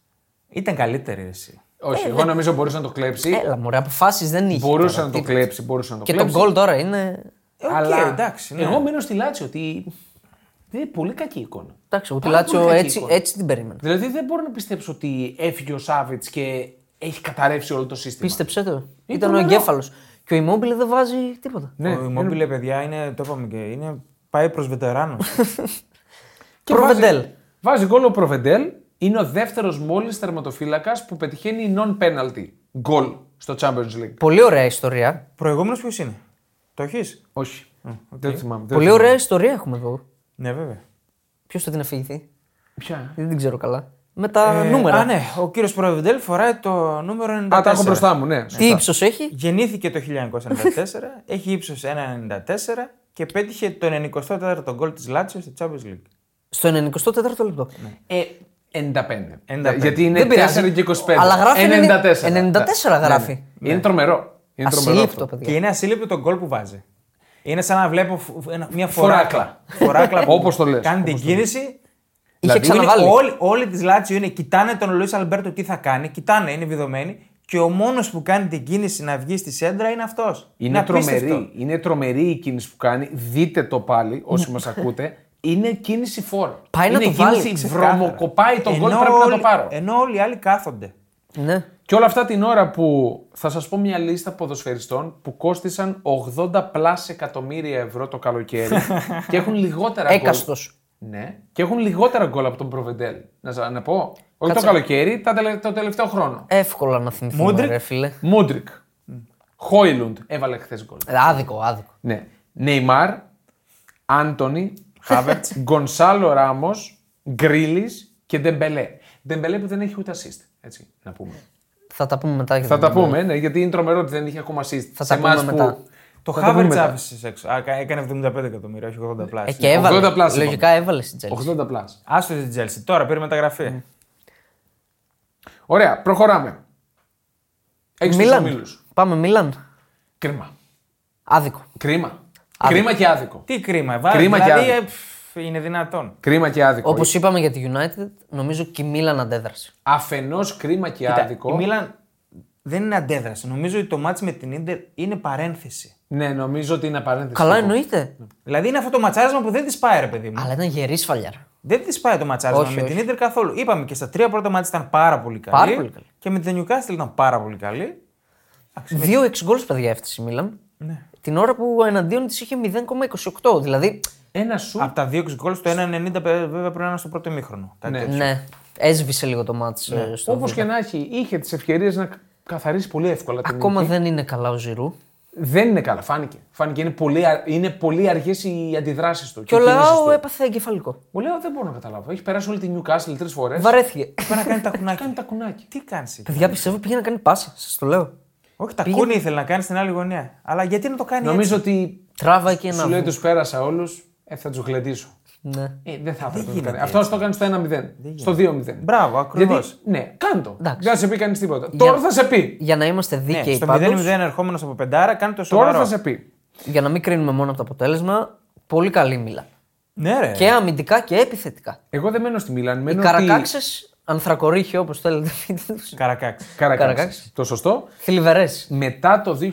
S3: ήταν καλύτερη εσύ.
S1: Όχι, εγώ νομίζω μπορούσε να το κλέψει.
S2: Έλα μωρέ, αποφάσεις δεν είχε.
S1: Μπορούσε
S2: τώρα,
S1: να το
S2: τι-
S1: κλέψει, μπορούσε να το
S2: ε, Και το
S1: κλέψει.
S2: γκολ τώρα είναι...
S3: Ε, οκ,
S1: Αλλά
S3: εντάξει. Ναι.
S1: εγώ μένω στη Λάτσιο ότι είναι πολύ κακή εικόνα.
S2: Εντάξει, ούτε
S1: Πάρα πολύ
S2: Λάτσιο
S1: κακή
S2: έτσι,
S1: εικόνα.
S2: έτσι την περίμενα.
S1: Δηλαδή δεν μπορώ να πιστέψω ότι έφυγε ο Σάβιτ και έχει καταρρεύσει όλο το σύστημα.
S2: Πίστεψέ το. Ήταν ο
S1: τρομερό.
S2: εγκέφαλος. Και ο Immobile δεν βάζει τίποτα.
S1: Ναι,
S3: ο Immobile, παιδιά, είναι, το είπαμε και είναι, πάει προς βετεράνο.
S2: Προβεντέλ.
S1: Βάζει, βάζει γκολ ο Προβεντέλ. είναι ο δεύτερος μόλις τερματοφύλακα που πετυχαίνει non-penalty γκολ στο Champions League.
S2: Πολύ ωραία ιστορία.
S3: Προηγούμενος ποιος είναι. Το έχεις.
S1: Όχι. Δεν θυμάμαι. δεν
S2: Πολύ
S1: θυμάμαι.
S2: ωραία ιστορία έχουμε εδώ.
S3: Ναι, βέβαια.
S2: Ποιος θα την αφηγηθεί.
S1: Ποια. ε?
S2: Δεν την ξέρω καλά. Με τα
S3: Ε,
S2: νούμερα.
S3: Α, ναι. Ο κύριος Προβιντέλ φοράει το νούμερο 94.
S1: Α, τα έχω μπροστά μου, ναι.
S2: Τι ύψος έχει.
S3: Γεννήθηκε το 1994, έχει ύψος 1,94 και πέτυχε το 94ο γκολ της Λάτσιος στη Champions League.
S2: Στο 94ο λεπτό.
S1: Ε, 95.
S3: 95.
S1: Γιατί είναι 4
S2: Δεν πειράζει.
S1: και 25.
S2: Αλλά γράφει
S1: 94.
S2: 94 γράφει.
S1: Ναι. Είναι τρομερό. Είναι τρομερό.
S2: Ασύλληπτο,
S1: αυτό.
S2: παιδιά.
S3: Και είναι ασύλληπτο το γκολ που βάζει. Είναι σαν να βλέπω φ- ένα- μια
S1: Φοράκλα.
S3: φοράκλα. φοράκλα που
S1: Όπως το λες,
S3: Κάνει
S1: όπως
S3: την κίνηση.
S2: Είχε
S3: Δηλαδή είναι
S2: ξαναβάλει.
S3: Όλοι, όλοι της Λάτσιο είναι, κοιτάνε τον Λουίς Αλμπέρτο τι θα κάνει, κοιτάνε, είναι βιδωμένοι. Και ο μόνος που κάνει την κίνηση να βγει στη σέντρα είναι αυτός.
S1: Είναι τρομερή. είναι τρομερή η κίνηση που κάνει. Δείτε το πάλι όσοι μας ακούτε. Είναι κίνηση φόρα.
S2: Ναι. Πάει να
S1: είναι
S2: το βάλει,
S1: κίνηση βρωμοκοπάει τον γκολ, πρέπει να το πάρω.
S2: Ε.
S3: Ενώ όλοι οι άλλοι κάθονται.
S2: Ναι.
S1: Και όλα αυτά την ώρα που θα σας πω μια λίστα ποδοσφαιριστών που κόστησαν 80 πλάς εκατομμύρια ευρώ το καλοκαίρι και έχουν λιγότερα γκολ.
S2: Έκαστος.
S1: Ναι. Και έχουν λιγότερα γκολ από τον Προβεντέλ. Να, σας- να πω. Όχι το
S2: Κάτσε.
S1: καλοκαίρι, τα τελε- το τελευταίο χρόνο.
S2: Εύκολα να θυμηθούμε,
S3: Μούντρικ.
S2: ρε φίλε.
S1: Μούντρικ. Χόιλουντ έβαλε χθες γκολ.
S2: Ε, Άδικο, άδικο.
S1: Ναι. Νεϊμάρ, Άντωνη,
S3: Χάβερτ.
S1: Γκονσάλο Ράμος, Γκρίλης και Ντεμπελέ. Ντεμπελέ που δεν έχει ούτε assist. Έτσι, να πούμε.
S2: Θα τα πούμε μετά. για
S1: Θα
S2: τον
S1: τα
S2: Ντεμπέλε.
S1: πούμε, ναι, γιατί είναι τρομερό ότι δεν είχε ακόμα assist.
S2: Ε, Θα
S1: Σε
S2: τα
S1: εμάς
S2: πούμε μετά.
S3: Το
S1: θα τα πούμε
S3: Χάβερτ
S1: μετά.
S3: άφησε έξω. Α, κα- έκανε 75 εκατομμύρια, όχι 80
S2: Ε,
S3: πλάσια.
S2: και έβαλε.
S1: 80 πλάσιμο.
S2: Λογικά έβαλε στην Chelsea.
S1: 80 πλάσ.
S3: Άστο την Τζέλση. Τώρα πήρε μεταγραφή.
S2: Ναι.
S1: Ωραία, προχωράμε. Έχει του
S2: Μίλαν.
S1: ομίλους.
S2: Πάμε Μίλαν.
S1: Κρίμα.
S2: Άδικο.
S1: Κρίμα. Κρίμα και άδικο.
S3: Τι κρίμα, βάλει.
S1: Κρίμα και
S3: δηλαδή,
S1: άδικο.
S3: ε, πφ, είναι δυνατόν.
S1: Κρίμα και άδικο.
S2: Όπως είπαμε για τη United, νομίζω και η Μίλαν αντέδρασε.
S1: Αφενός κρίμα και
S3: Κοίτα,
S1: άδικο.
S3: Η Μίλαν δεν είναι αντέδραση. Νομίζω ότι το μάτς με την ντερ είναι παρένθεση.
S1: Ναι, νομίζω ότι είναι απαραίτητο.
S2: Καλά εννοείται.
S3: Δηλαδή είναι αυτό το ματσάρισμα που δεν της πάει, ρε παιδί μου.
S2: Αλλά ήταν γερή σφαλιά.
S3: Δεν της πάει το ματσάρισμα
S2: Όχι,
S3: με
S2: όχι.
S3: την ντερ καθόλου. Είπαμε και στα τρία πρώτα μάτια ήταν πάρα πολύ καλή.
S2: Πάρα πολύ καλή.
S3: Και με την Νιουκάστιλ ήταν πάρα πολύ καλή.
S2: Δύο εξ γκολ παιδιά έφτασε η Μίλαν. Την ώρα που εναντίον της είχε 0,28. Δηλαδή.
S1: Ένα σου.
S3: Από τα δύο γκολ στο 1,90 βέβαια πρέπει να είναι στο πρώτο ημίχρονο. Κάτι τέτοιο.
S2: Ναι, έσβησε λίγο το μάτι. στο
S1: Όπως και να έχει, είχε τις ευκαιρίες να καθαρίσει πολύ εύκολα την
S2: Ακόμα
S1: νίκη.
S2: δεν είναι καλά ο Ζηρού.
S1: Δεν είναι καλά, φάνηκε. Φάνηκε, είναι πολύ, αρ- είναι πολύ αργές οι αντιδράσεις του.
S2: Και ο ε-
S1: οι κινήσεις
S2: Λαάου
S1: του.
S2: έπαθε εγκεφαλικό.
S1: Ο Λεάο δεν μπορώ να καταλάβω. Έχει περάσει όλη τη Newcastle τρεις φορές.
S2: Ε, Βαρέθηκε.
S3: Πρέπει να κάνει τα
S1: Κάνει
S3: κουνάκια.
S1: τα κουνάκι.
S3: Τι κάνεις.
S2: Παιδιά πιστεύω πήγε να κάνει πάσα, σας το λέω.
S3: Όχι, τα
S2: Πήγε-
S3: κούνη ήθελε να κάνει στην άλλη γωνία. Αλλά γιατί να το κάνει
S1: Νομίζω
S3: έτσι.
S1: ότι
S2: Τράβα εκεί ένα.
S1: σου λέει
S2: βου-
S1: τους πέρασα όλους, ε, θα τους γλεντήσω.
S2: Ναι.
S1: Ε, δεν θα έπρεπε να το
S3: γίνεται
S1: κάνει. Αυτό το έκανε στο 1-0. Στο 2-0.
S3: Μπράβο, ακριβώ.
S1: Γιατί, ναι, κάντο.
S2: Εντάξει.
S1: Δεν θα σε πει κανείς τίποτα. Τώρα θα σε πει.
S2: Για να είμαστε δίκαιοι
S3: Ναι, στο 0-0
S2: πάντως,
S3: ερχόμενος από πεντάρα, κάνει το σοβαρό.
S1: Τώρα θα σε πει.
S2: για να μην κρίνουμε μόνο από το αποτέλεσμα, πολύ καλή μίλα.
S3: Ναι, ρε.
S2: Και αμυντικά και επιθετικά.
S1: Εγώ δεν μένω στη Μίλαν.
S2: Οι
S1: Μένω
S2: καρακάξες, ανθρακορίχοι όπως θέλετε, πείτε τους,
S3: Καρακάξ.
S1: Καρακάξες.
S2: Καρακάξες.
S1: Το σωστό.
S2: θλιβερές.
S1: Μετά το 2002,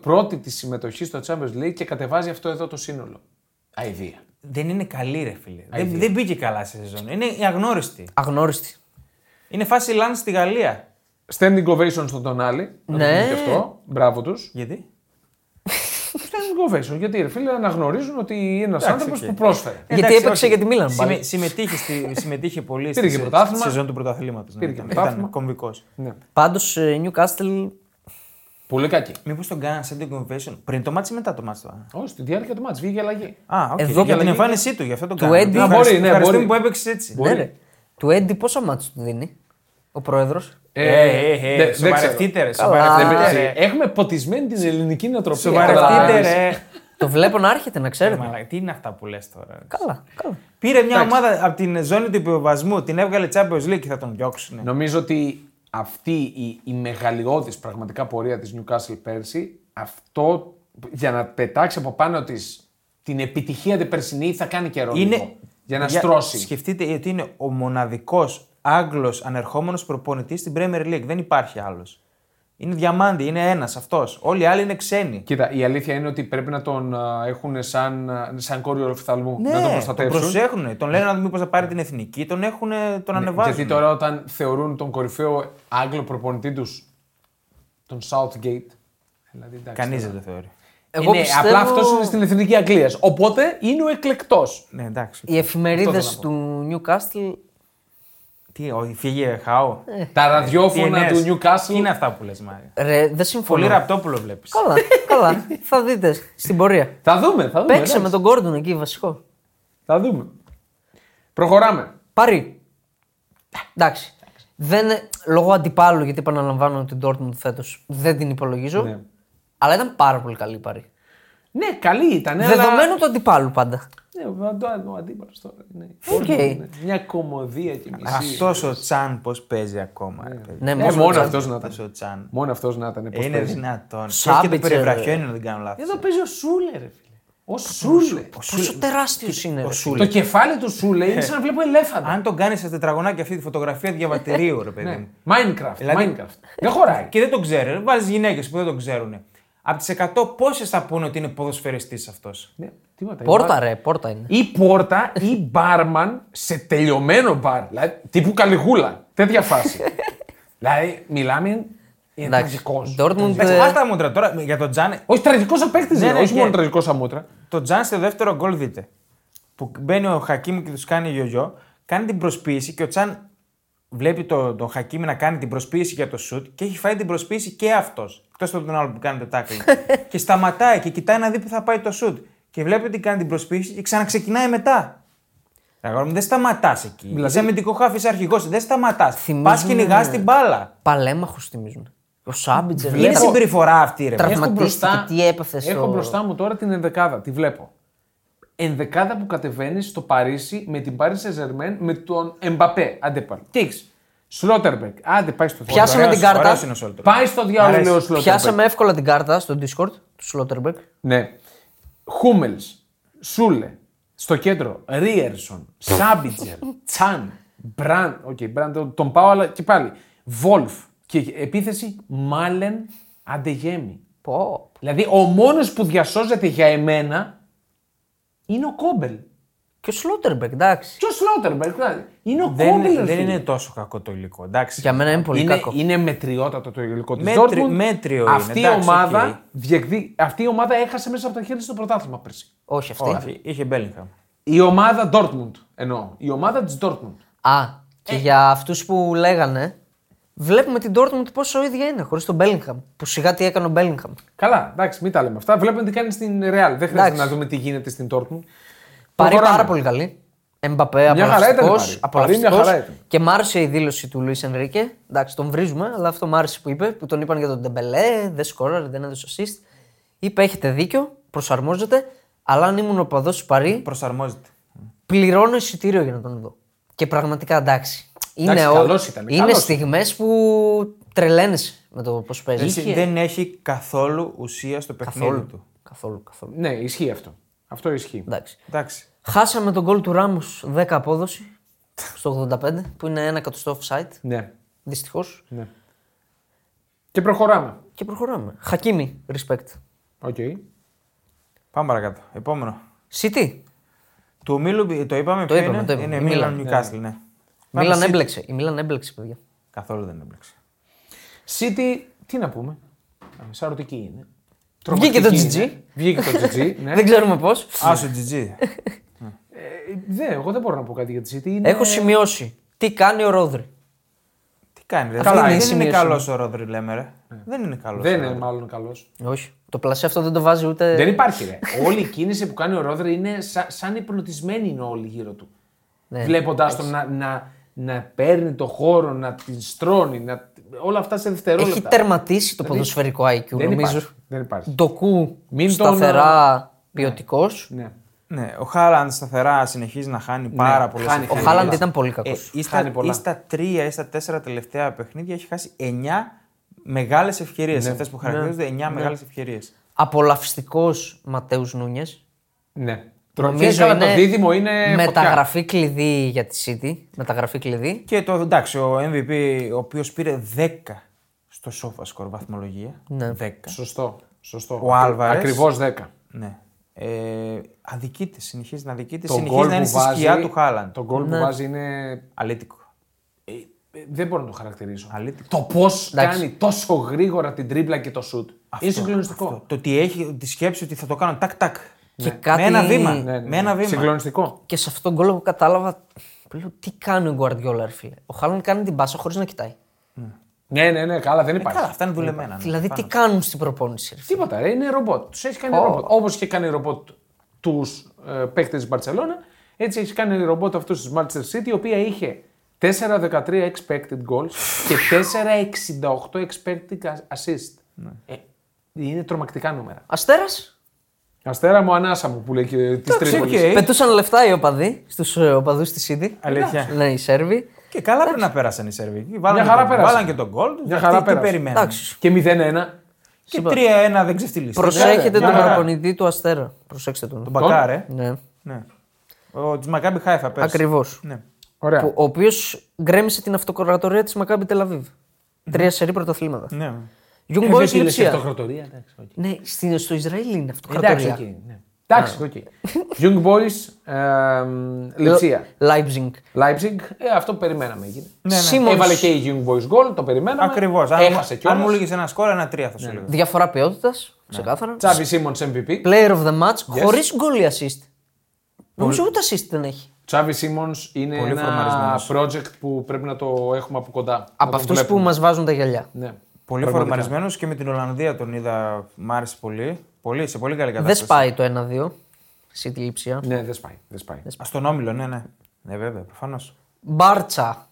S1: πρώτη της συμμετοχής στο Champions League και κατεβάζει αυτό εδώ το σύνολο. Αιδία.
S3: Δεν είναι καλή, ρε φίλε. Δεν,
S1: Αηδία.
S3: δεν μπήκε καλά σε σεζόν. Είναι η αγνώριστη.
S2: Αγνώριστη.
S3: Είναι φάση Λαν στη Γαλλία.
S1: Standing ovation στον Τονάλι. Να το
S2: Ναι.
S1: πούμε και αυτό. Μπράβο τους.
S3: Γιατί?
S1: Standing ovation. Γιατί ρε φίλε αναγνωρίζουν ότι είναι ένας
S3: Εντάξει,
S1: άνθρωπος
S3: οκ.
S1: που πρόσφερε.
S2: Γιατί έπαιξε για τη Μίλαν πάλι.
S3: συμμετείχε, στη, συμμετείχε πολύ
S1: Πήρε
S3: στη,
S1: και
S3: σε-
S1: πρωτάθλημα.
S3: στη σεζόν του πρωταθλήματος.
S1: Πήρε και
S3: ήταν,
S1: πρωτάθλημα.
S3: ήταν κομβικός.
S1: Ναι.
S2: Πάντως, ε, Newcastle. ναι,
S1: Πολύ κακή.
S3: Μήπως τον κάνανε σε convention πριν το μάτι ή μετά το μάτι τώρα.
S1: Όχι, στη διάρκεια του μάτς βγήκε αλλαγή.
S3: Α, οκ.
S2: Εδώ
S3: Εδώ
S2: και
S3: για την
S2: αλλαγή-
S3: εμφάνισή του, γι' αυτό τον
S2: Του
S3: κάνανε.
S2: Έντι.
S3: Ευχαριστούμε-
S1: Μπορεί, ναι,
S3: ευχαριστούμε
S1: μπορεί.
S3: που έπαιξες έτσι.
S1: Μπορεί.
S2: Ναι, ρε. Του Έντι πόσα μάτια του δίνει ο πρόεδρος.
S3: Ε, ε,
S1: δεν-
S3: ε,
S1: δεν
S3: σοβαρευτείτε,
S1: ξέρω.
S3: ρε,
S2: Καλά.
S1: Δεν
S3: σοβαρευτείτε,
S1: παίζει.
S3: ρε.
S1: Έχουμε ποτισμένη την ελληνική νοοτροπία.
S3: Σοβαρευτείτε,
S1: καταλαβαίνεις.
S3: ρε.
S2: το βλέπω να έρχεται, να ξέρετε.
S3: Μαλάκα, Τι είναι αυτά που λες τώρα. ρε.
S2: καλά, καλά.
S3: Πήρε μια ομάδα από την ζώνη του υποβασμού, την έβγαλε Champions League και θα τον διώξουν.
S1: Νομίζω ότι αυτή η, η μεγαλειώδης πραγματικά πορεία της Newcastle πέρσι, αυτό για να πετάξει από πάνω της την επιτυχία την περσινή θα κάνει καιρό λίγο, για να στρώσει.
S3: Σκεφτείτε ότι είναι ο μοναδικός Άγγλος ανερχόμενος προπονητής στην Premier League. Δεν υπάρχει άλλος. Είναι διαμάντι, είναι ένας αυτός. Όλοι οι άλλοι είναι ξένοι.
S1: Κοίτα, η αλήθεια είναι ότι πρέπει να τον α, έχουν σαν, α, σαν κόριο οφθαλμού, να
S2: Ναι,
S1: τον
S3: Ναι, τον
S1: προστατεύσουν.
S3: προσέχουν. Τον λένε μήπω θα πάρει την εθνική, τον, έχουν, τον ανεβάζουν.
S1: Ναι, Γιατί τώρα όταν θεωρούν τον κορυφαίο Άγγλο προπονητή τους, τον Southgate, δηλαδή εντάξει,
S3: Κανείς
S1: τώρα.
S3: δεν το θεωρεί.
S2: Εγώ
S1: είναι,
S2: πιστεύω-
S1: Απλά αυτός είναι στην Εθνική Αγγλίας. Οπότε είναι ο εκλεκτός.
S3: Ναι, εντάξει.
S2: Οι εφημερίδε
S1: Αυτό
S2: του Newcastle
S3: Τι, ο, φύγε, χάο.
S1: Τα
S3: Τι
S1: ραδιόφωνα
S3: εννοείς?
S1: Ε. του Newcastle.
S3: Τι είναι αυτά που λες, Μάρια.
S2: Ρε, δεν συμφωνώ.
S3: Πολύ ραπτόπουλο βλέπεις.
S2: Καλά, καλά. θα δείτε στην πορεία.
S1: Θα δούμε, θα δούμε.
S2: Παίξε με
S1: Ναι, εντάξει.
S2: τον Gordon εκεί, βασικό.
S1: Θα δούμε. Προχωράμε.
S2: Πάρει. Εντάξει. Δεν, λόγω αντιπάλου, γιατί επαναλαμβάνω την Dortmund φέτος δεν την υπολογίζω.
S1: Ναι.
S2: Αλλά ήταν πάρα πολύ καλή η Παρή.
S1: Ναι, καλή ήταν.
S2: Δεδομένου του αντιπάλου πάντα.
S1: Αλλά... Ναι, ο- ο- ο αντίπαλος τώρα. Ναι.
S2: Οκ.
S1: Ναι. Μια κομμωδία και μισή.
S3: Αυτός ο Τσάν πώς παίζει ακόμα. ρε παιδί.
S2: Ναι,
S1: Ναι,
S2: μόνο
S1: μόνο
S2: ο
S1: αυτός να
S3: Αυτός
S1: ήταν.
S3: ο Τσάν.
S1: Μόνο αυτός να ήταν. πώς
S3: Είναι
S1: παίζει.
S3: δυνατόν.
S2: Σάμπιτσε,
S3: Και το περιβραχιόνι
S2: ρε.
S3: να δεν κάνω λάθος.
S1: Εδώ παίζει ο Σούλε, ρε φίλε. Ο Σούλε.
S2: Πόσο τεράστιο είναι. ρε.
S1: Το κεφάλι του Σούλε είναι σαν να βλέπω ελέφαντα.
S3: Αν τον κάνεις σε τετραγωνάκι αυτή τη φωτογραφία διαβατηρίου, ρε παιδί μου.
S1: Ναι. Minecraft.
S3: Δηλαδή-
S1: Minecraft. Δεν χωράει.
S3: Και δεν τον ξέρει. Βάζεις γυναίκες που δεν τον ξέρουν. Από τι 100 πόσες θα πούνε ότι είναι ποδοσφαιριστής αυτός.
S1: Ναι, τίποτα.
S2: Πόρτα, ρε, πόρτα είναι.
S1: Ή πόρτα ή μπάρμαν σε τελειωμένο μπαρ. Δηλαδή τύπου καλιγούλα. Τέτοια φάση. δηλαδή μιλάμε. Είναι
S2: Εντάξει.
S1: τραγικός.
S2: Dortmund. ε,
S3: Άστα μούτρα τώρα για τον Τζάν.
S1: Όχι τραγικός απέκτη,
S3: Ναι, ναι,
S1: όχι
S3: και-
S1: μόνο τραγικός αμούτρα.
S3: Το Τζάν στο δεύτερο γκολ δείτε. Που μπαίνει ο Χακίμ και τους κάνει γιογιό, κάνει την προσποίηση και ο Τζαν βλέπει τον το Χακίμ να κάνει την προσποίηση για το σουτ και έχει φάει την προσποίηση και αυτός. Εκτός από τον άλλο που κάνει το τάκλι. και σταματάει και κοιτάει να δει που θα πάει το σουτ. Και βλέπει ότι κάνει την προσποίηση και ξαναξεκινάει μετά. Αγόρι μου, δεν σταματάς εκεί. Δηλαδή... Είσαι αμυντικό χάφι, είσαι αρχηγός. Δεν σταματάς.
S2: Θυμίζουνε-
S3: Πας κυνηγά την μπάλα.
S2: Παλέμαχο θυμίζουν. Ο Σάμπιτζερ.
S1: Βλέπω-
S3: Είναι
S2: Βλέπω...
S3: συμπεριφορά αυτή, ρε.
S2: Τραυμα-
S1: Έχω
S2: Τραυματίστηκε,
S1: μπροστά,
S2: τι έπαθε στο-
S1: έχω μπροστά μου τώρα την ενδεκάδα, τη βλέπω. Ενδεκάδα που κατεβαίνεις στο Παρίσι με την Paris Saint-Germain με τον Εμπαπέ. Άντε πάλι. Κίξ. Σλότερμπεκ. Άντε πάει στο
S2: Πιάσε
S1: διάβολο.
S2: με την κάρτα.
S3: Ωραίος είναι ο Σόλτερ.
S1: Πάει στο διάβολο, λέει ο Σλότερμπεκ.
S2: Πιάσαμε εύκολα την κάρτα στο Discord του Σλότερμπεκ.
S1: Ναι. Χούμελ. Σούλε. Στο κέντρο. Ρίερσον. Σάμπιτζερ. Τσάν. Μπραν. Οκ, Μπραν τον- τον πάω, αλλά και πάλι. Βόλφ. Και επίθεση Μάλεν Αντεγέμι.
S2: Πω.
S1: Δηλαδή, ο μόνος που διασώζεται για εμένα είναι ο Κόμπελ.
S2: Και ο Σλότερμπεκ, εντάξει.
S1: Και ο Σλότερμπεργκ. δηλαδή. Είναι ο
S3: Δεν,
S1: Κόμπελ. ρε
S3: δεν
S1: φίλε.
S3: είναι τόσο κακό το υλικό, εντάξει.
S2: Για μένα είναι πολύ
S1: είναι,
S2: κακό.
S1: είναι μετριότατο το υλικό της
S3: Μέτρι- μέτριο είναι,
S1: Αυτή, η
S3: εντάξει,
S1: ομάδα,
S3: οκ.
S1: διεκδί- αυτή η ομάδα έχασε μέσα από τα χέρια της το πρωτάθλημα πέρσι.
S2: Όχι αυτή.
S3: Όχι, είχε Μπέλιγχαμ.
S1: Η ομάδα Dortmund εννοώ. Η ομάδα της Dortmund.
S2: Α,
S1: Ε.
S2: και για αυτούς που λέγανε, βλέπουμε την Dortmund πόσο ίδια είναι χωρίς τον Bellingham. Που σιγά τι έκανε ο Bellingham.
S1: Καλά, εντάξει, μην τα λέμε αυτά. Βλέπουμε τι κάνει στην Real. Δεν χρειάζεται
S2: Εντάξει.
S1: να δούμε τι γίνεται στην Dortmund.
S2: Παρή
S1: Προχωράμε.
S2: πάρα πολύ καλή. Εμπαπέ,
S1: Μια χαρά ήταν η Παρή.
S2: απολαυστικός, απολαυστικός.
S1: Παρή μια χαρά ήταν.
S2: Και μ' άρεσε η δήλωση του Λουίς Ενρίκε. Εντάξει, τον βρίζουμε, αλλά αυτό μ' άρεσε που είπε, που τον είπαν για τον Ντεμπελέ, δεν σκόραρε, δεν έδωσε assist. Είπε: Έχετε δίκιο, προσαρμόζεται, αλλά αν ήμουν οπαδός του Παρή,
S3: Προσαρμόζεται.
S2: πληρώνω εισιτήριο για να τον δω. Και πραγματικά εντάξει. Είναι,
S1: Εντάξει,
S2: ο-
S1: καλός ήταν,
S2: είναι
S1: καλός.
S2: στιγμές που τρελαίνεσαι με το πώς παίζεις.
S3: Είχε- Δεν έχει καθόλου ουσία στο παιχνίδι
S2: Καθόλου.
S3: του.
S2: Καθόλου, καθόλου.
S1: Ναι, ισχύει αυτό. Αυτό ισχύει.
S2: Εντάξει.
S3: Εντάξει.
S2: Χάσαμε τον γκολ του Ράμου 10 απόδοση στο 85, που είναι ένα εκατοστό offside.
S1: Ναι.
S2: Δυστυχώς.
S1: Και προχωράμε.
S2: Και προχωράμε. Χακίμη, respect.
S1: Οκ.
S3: Πάμε παρακάτω. Επόμενο.
S2: City.
S3: Του ομίλου το είπαμε
S2: Το
S3: ποιο
S2: είπαμε,
S3: είναι.
S2: το είπαμε.
S3: Είναι
S2: Η
S3: Μίλαν
S2: Μίλαν.
S3: Νιουκάστλ, ναι. Πάμε
S2: Μίλαν
S3: City.
S2: έμπλεξε. Η Μίλαν έμπλεξε, παιδιά.
S3: Καθόλου δεν έμπλεξε.
S1: City, τι να πούμε. Ε, Σαρωτική είναι.
S2: Βγήκε το
S1: Τρομακτική
S2: GG.
S1: είναι. Βγήκε το GG. ναι.
S2: Δεν ξέρουμε πώς.
S3: Άσο GG.
S1: Ε, δεν, εγώ δεν μπορώ να πω κάτι για τη City. Είναι...
S2: Έχω σημειώσει τι κάνει ο Ρόδρυ.
S3: Τι κάνει, ρε.
S2: είναι η
S3: δεν είναι
S2: σημείωση
S3: καλός ο Ρόδρυ, λέμε, ρε. Δεν είναι καλός.
S1: Δεν είναι μάλλον καλός.
S2: Όχι. Το πλασέ αυτό δεν το βάζει ούτε.
S1: Δεν υπάρχει, ρε. Όλη η κίνηση που κάνει ο Ρόδρε είναι σα- σαν υπνοτισμένοι είναι όλοι γύρω του.
S2: Ναι.
S1: Βλέποντάς τον να, να, να παίρνει το χώρο, να την στρώνει, να... όλα αυτά σε δευτερόλεπτα.
S2: Έχει τερματίσει το ποδοσφαιρικό IQ,
S1: Δεν
S2: νομίζω.
S1: υπάρχει. Δεν υπάρχει.
S2: Ντοκού
S1: Μην
S2: σταθερά ποιοτικός.
S1: Ναι.
S3: Ναι, ο Χάλαντ σταθερά συνεχίζει να χάνει πάρα πολλέ
S1: χάνει,
S2: Ο
S1: χάνει.
S2: Χάλαντ ήταν πολύ κακός.
S3: Ε, ή,
S1: Χάνει
S3: στα,
S1: πολλά.
S3: ή στα τρία ή στα τέσσερα τελευταία παιχνίδια έχει χάσει 9 μεγάλες ευκαιρίες. Ναι. Αυτές που χαρακτηρίζονται 9 μεγάλες ευκαιρίες.
S2: Απολαυστικός Ματέους Νούνιες.
S1: ναι.
S2: Νομίζω
S1: Τρομίζω
S2: είναι
S1: το δίδυμο είναι φωτιά.
S2: μεταγραφή κλειδί για τη City. Μεταγραφή κλειδί.
S3: Και το, εντάξει, ο MVP, ο οποίος πήρε 10 στο σόφα σκορ βαθμολογία.
S2: Ναι.
S3: 10.
S1: Σωστό. Σωστό.
S3: Ο Άλβαρες.
S1: Ακριβώς 10.
S3: Ναι. Ε, αδικείται, συνεχίζει να αδικείται.
S1: Το
S3: συνεχίζει
S1: γκολ
S3: να είναι
S1: που
S3: στη σκιά
S1: βάζει,
S3: του Χάλαντ.
S1: το γκολ
S2: Ναι.
S1: που βάζει είναι
S3: Αλήτικο.
S1: Ε, Δεν μπορώ να το χαρακτηρίσω.
S3: Αλήθεια.
S1: Το πώς
S2: Εντάξει.
S1: κάνει τόσο γρήγορα την τρίπλα και το σουτ. Είναι συγκλονιστικό.
S3: Το, το ότι έχει τη σκέψη ότι θα το κάνω τακ-τακ.
S2: Και κάτι-
S3: Με ένα βήμα.
S2: Ναι,
S3: Με ένα βήμα.
S1: Συγκλονιστικό.
S2: Και σε αυτόν τον κόλλο που κατάλαβα ντροπή. Λέω, τι κάνει ο Γκουαρδιόλα, ρε φίλε. Ο Χάλαν κάνει την πάσα χωρίς να κοιτάει.
S1: Ναι, ναι, ναι, καλά, δεν υπάρχει.
S3: Ε, Καλά, αυτά είναι δουλεμένα. ναι.
S2: δηλαδή, τι κάνουν στην προπόνηση, ρε φίλε.
S1: Τίποτα, ρε, είναι ρομπότ. Τους έχει κάνει ρομπότ. Όπως και κάνει ρομπότ τους ε, παίκτες της Μπαρσελόνα, έτσι έχει κάνει ρομπότ αυτούς της Manchester City, η οποία είχε 4-13 expected goals και 4-68 expected assist.
S3: Ναι.
S1: Ε, είναι τρομακτικά νούμερα.
S2: Αστέρας.
S1: Αστέρα μου, ανάσα μου που λέει και τη
S3: Εντάξει,
S1: Τρίπολης.
S3: οκ. Ε.
S2: Πετούσαν λεφτά οι οπαδοί στους οπαδούς της City.
S3: Αλήθεια.
S2: Ναι, οι Σέρβοι.
S3: Και καλά πρέπει να πέρασαν οι Σερβικοί. Βάλαν
S1: χαρά
S3: και τον-
S1: πέρασαν.
S3: Βάλαν και τον γκολ τους.
S1: Μια χαρά
S3: Τι, τι
S1: πέρασαν.
S3: περιμένουν.
S2: Εντάξει.
S1: Και 0-1.
S3: Και 3-1 δεν ξεφτυλίστηκε.
S2: Προσέχετε
S1: μια
S2: τον
S1: χαρά.
S2: προπονητή του Αστέρα. Προσέξτε τον.
S3: Τον Μπακάρε.
S2: Ναι,
S3: Ναι. Ο της Μακάμπι Χάιφα πέρασε.
S2: ακριβώς.
S3: Ναι.
S1: Ωραία. Ε,
S2: Ο οποίος γκρέμισε την αυτοκρατορία της Μακάμπη Τελαβίβ. Τρία σερή πρωταθλήματα.
S3: ναι.
S1: Ε,
S2: Young Boys
S1: είναι
S2: Λιψία.
S1: αυτοκρατορία, εντάξει, οκ.
S2: Ναι, στην- στο Ισραήλ είναι
S1: Εντάξει,
S2: αυτοκρατορία.
S1: οκ, ναι. Εντάξει, οκ. Young Boys, ε, εμ,
S3: Ε,
S1: Λεψία.
S2: Leipzig.
S1: Leipzig, ε, αυτό περιμέναμε έγινε.
S3: ναι.
S2: Σίμονς.
S1: Έβαλε και η Young Boys goal, το περιμέναμε.
S3: Ακριβώς. Αν,
S1: Έχασε
S3: αν μου
S1: κιόλα.
S3: έλεγε ένα σκόρ, ένα τρία θα σου έλεγα.
S2: Διαφορά ποιότητας,
S1: Ναι.
S2: ξεκάθαρα.
S1: Τσάβι Σίμον MVP.
S2: Player of the match, χωρί goal ή assist. Νομίζω ούτε assist δεν έχει.
S1: Τσάβι Σίμον είναι
S3: Πολύ
S1: ένα
S3: φορμαρισμένος.
S1: project που πρέπει να το έχουμε από κοντά. να
S2: Από
S1: τον
S2: αυτούς που
S1: βλέπουμε.
S2: μας βάζουν τα γυαλιά.
S1: Ναι.
S3: Πολύ φορμαρισμένος και με την Ολλανδία τον είδα. Μ' άρεσε πολύ. πολύ σε πολύ καλή
S2: Δεν
S3: κατάσταση.
S2: σπάει το 1-2. City Λιψία.
S1: Ναι, δεν σπάει. Δεν σπάει.
S3: Α, Στον όμιλο, ναι, ναι. Ναι, βέβαια, προφανώς.
S2: Μπάρτσα.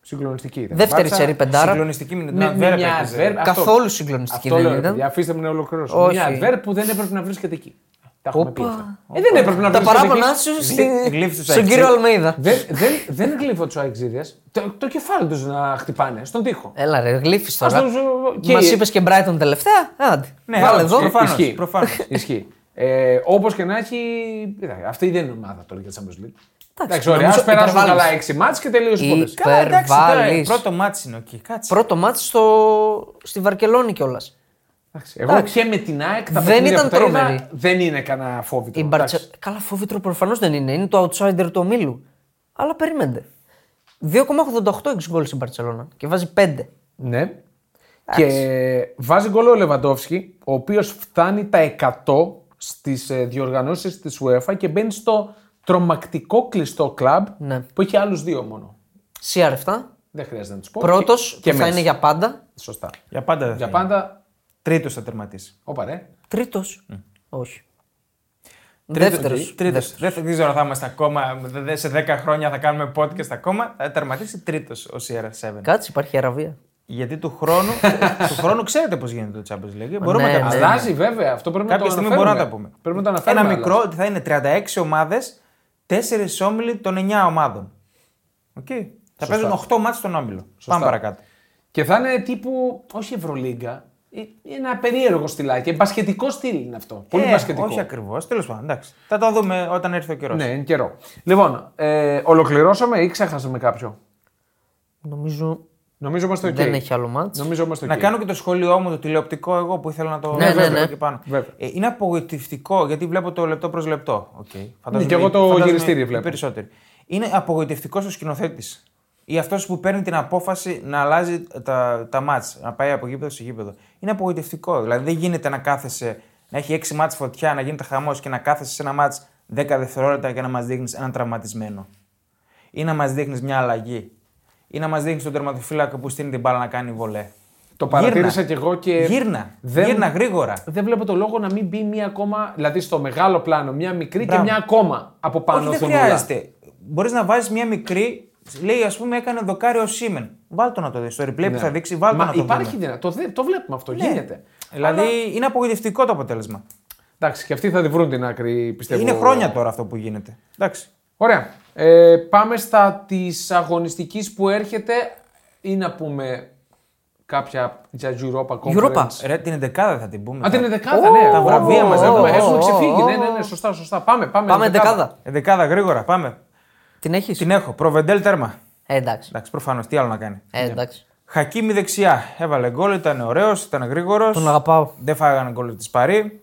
S1: Συγκλονιστική ήταν.
S2: Δεύτερη
S3: Μπάρτσα,
S2: σερή πεντάρα.
S3: Συγκλονιστική με την
S1: Με- με
S3: Αντβέρπ.
S1: μια
S3: έπαιζε.
S1: Αντβέρπ. αυτό-
S2: Καθόλου συγκλονιστική
S1: Αυτό λέω.
S2: δεν
S1: ρε παιδιά,
S2: ήταν.
S1: Αφήστε με να ολοκληρώσω.
S2: Όχι.
S1: Μια adverb που δεν έπρεπε να βρίσκεται εκεί. Τα έχουμε πει
S2: Όπα.
S1: αυτά. Ε, δεν έπρεπε να
S2: Τα
S1: βρίσκεται εκεί. Ναι.
S2: παράπονά σου στη-
S3: γλύφεις τους
S2: στον
S3: Αεξίδες.
S2: κύριο Αλμέιδα.
S1: Δεν, δεν, δεν γλύφω τους αεξίδε. Το, το κεφάλι τους να χτυπάνε στον τοίχο.
S2: Έλα ρε, γλύφεις
S1: Ας
S2: τώρα.
S1: το ζω- και-
S2: Μας είπες και Brighton τελευταία. Άντε.
S3: Ναι,
S2: Βάλε
S3: άκουσε,
S2: εδώ.
S3: προφανώς.
S1: Ε, Ισχύει.
S3: προφανώς.
S1: Ισχύει. Ε, Όπως και να έχει. κοίτα, Αυτή δεν είναι ομάδα τώρα για τη Champions League. Εντάξει, ωραία.
S2: νομίζω
S1: Ας περάσουν
S2: υπερβάλλεις.
S1: καλά έξι μάτς και τελείωσε η
S2: Ή-
S1: υπόθεση.
S3: Καλά, εντάξει, τώρα,
S2: Υπερβάλλεις.
S3: Πρώτο μάτι είναι εκεί. Κάτσε.
S2: Πρώτο μάτι στο... στη Βαρκελόνη κιόλας.
S1: Εντάξει, Εγώ και με την ΑΕΚ τα
S2: Δεν
S1: παιχνίδια
S2: ήταν
S1: που τα είδα,
S2: τρομερή.
S1: Δεν είναι κανένα φόβητο.
S2: Η Μπαρτσε... Καλά, φόβητρο προφανώς δεν είναι. Είναι το outsider του ομίλου. Αλλά περιμένετε. 2,88 εξ γκολ στην Μπαρσελόνα και βάζει 5.
S1: Ναι. Και βάζει γκολ ο Λεβαντόφσκι, ο οποίος φτάνει τα 100 στι διοργανώσεις της UEFA και μπαίνει στο τρομακτικό κλειστό κλαμπ
S2: Ναι.
S1: που έχει άλλους δύο μόνο.
S2: CR7.
S1: Δεν χρειάζεται να τους πω.
S2: Πρώτος
S1: Και- και
S2: που θα
S1: Messi.
S2: είναι για πάντα.
S1: Σωστά.
S3: Για πάντα δεν
S1: Για
S3: θα
S1: πάντα.
S3: Τρίτος θα τερματίσει.
S1: Όπα ρε.
S2: Τρίτος. Όχι.
S3: Τρίτος-
S2: Δεύτερος.
S3: τρίτος. Δεν θα- δεν ξέρω αν θα είμαστε ακόμα. δε- δε- Σε 10 χρόνια θα κάνουμε podcast ακόμα. Θα τερματίσει τρίτος ο CR7.
S2: Κάτσε, υπάρχει αραβία.
S3: Γιατί του χρόνου, του χρόνου ξέρετε πώς γίνεται το Champions League. Μπορούμε
S2: ναι,
S3: να τα
S2: ναι.
S3: πούμε.
S1: Αλλάζει βέβαια. Αυτό πρέπει να
S3: Κάποια
S1: το
S3: στιγμή
S1: αναφέρουμε.
S3: μπορούμε να τα πούμε.
S1: Πρέπει να το αναφέρουμε. δηλαδή.
S3: Ένα
S1: αλλά.
S3: μικρό ότι θα είναι 36 ομάδε, 4 όμιλοι των 9 ομάδων. Οκ. Θα παίζουν 8 μάτς στον όμιλο. Πάμε παρακάτω.
S1: Και θα είναι τύπου, όχι Ευρωλίγκα, ε, ένα περίεργο στυλάκι. Μπασχετικό στυλ είναι αυτό. Πολύ
S3: Ε,
S1: μπασχετικό.
S3: Όχι ακριβώς. Τέλος πάντων. Εντάξει. Θα τα δούμε όταν έρθει ο καιρός.
S1: Ναι, είναι καιρό. Λοιπόν, ε, ολοκληρώσαμε ή ξέχασαμε κάποιο.
S2: Νομίζω
S1: Νομίζω είμαστε ok.
S2: δεν έχει άλλο μάτς.
S1: Νομίζω είμαστε okay.
S3: Να κάνω και το σχολείο μου, το τηλεοπτικό εγώ που ήθελα να το
S2: Ναι, ναι,
S3: βάλω
S2: ναι.
S3: εκεί πάνω.
S1: Βέβαια.
S3: Ε, είναι απογοητευτικό γιατί βλέπω το λεπτό προς λεπτό. Okay. Φαντάζομαι
S1: Ναι, και εγώ το
S3: φαντάζομαι
S1: γυριστήρι
S3: οι
S1: βλέπω.
S3: Περισσότεροι. Είναι απογοητευτικό ο σκηνοθέτη. Ή αυτός που παίρνει την απόφαση να αλλάζει τα, τα μάτς, να πάει από γήπεδο σε γήπεδο. Είναι απογοητευτικό. Δηλαδή δεν γίνεται να κάθεσαι, να έχει έξι μάτς φωτιά, να γίνεται χαμός και να κάθεσαι σε ένα μάτς 10 δευτερόλεπτα και να μας δείχνεις έναν τραυματισμένο ή να μας δείχνεις μια αλλαγή. Ή να μας δείχνεις τον τερματοφύλακα που στείνει την μπάλα να κάνει βολέ.
S1: Το παρατήρησα κι εγώ και-
S3: Γύρνα.
S1: Δεν-
S3: Γύρνα γρήγορα.
S1: Δεν βλέπω το λόγο να μην μπει μία ακόμα, δηλαδή στο μεγάλο πλάνο, μία μικρή
S3: Μπράβο.
S1: και μία ακόμα από πάνω
S3: Όχι, δεν
S1: στον ουρά.
S3: χρειάζεται. Μπορείς να βάζεις μια μικρή. Λέει, ας πούμε, έκανε δοκάρι ο Σίμεν. Βάλτο να το δεις. Στο replay που θα δείξει, βάλτο
S1: Ναι. Μα
S3: να το
S1: υπάρχει
S3: δούμε.
S1: δυνατό. Το, δε- το βλέπουμε αυτό. Γίνεται.
S3: Δηλαδή
S1: Αλλά-
S3: είναι απογοητευτικό το αποτέλεσμα.
S1: Εντάξει, και αυτοί θα τη βρουν την άκρη, πιστεύω.
S3: Είναι χρόνια τώρα αυτό που γίνεται. Εντάξει.
S1: Ωραία. Ε, πάμε στα της αγωνιστικής που έρχεται ή να πούμε κάποια για Europa Conference.
S2: Europa.
S3: Ρε, την 11 θα την πούμε.
S1: Α, την
S3: Θα-
S1: 11η, ναι.
S3: τα βραβεία
S1: Ω,
S3: μας,
S1: έχουμε-
S3: εδώ.
S1: Έχουμε
S2: Ω,
S1: ξεφύγει.
S2: ω,
S1: Ναι, ναι,
S2: ω.
S1: ναι, σωστά, σωστά. Πάμε, πάμε.
S2: Πάμε
S1: 11η.
S2: 11.
S3: 11 γρήγορα, πάμε.
S2: Την έχεις.
S3: Την έχω. Προβεντέλ τέρμα.
S2: Ε, εντάξει.
S3: Εντάξει, προφανώς. Τι άλλο να κάνει.
S2: Ε, εντάξει.
S3: Χακίμη δεξιά. Έβαλε γκολ, ήταν ωραίος, ήταν γρήγορος.
S2: Τον αγαπάω.
S3: Δεν φάγανε γκολ της Παρή.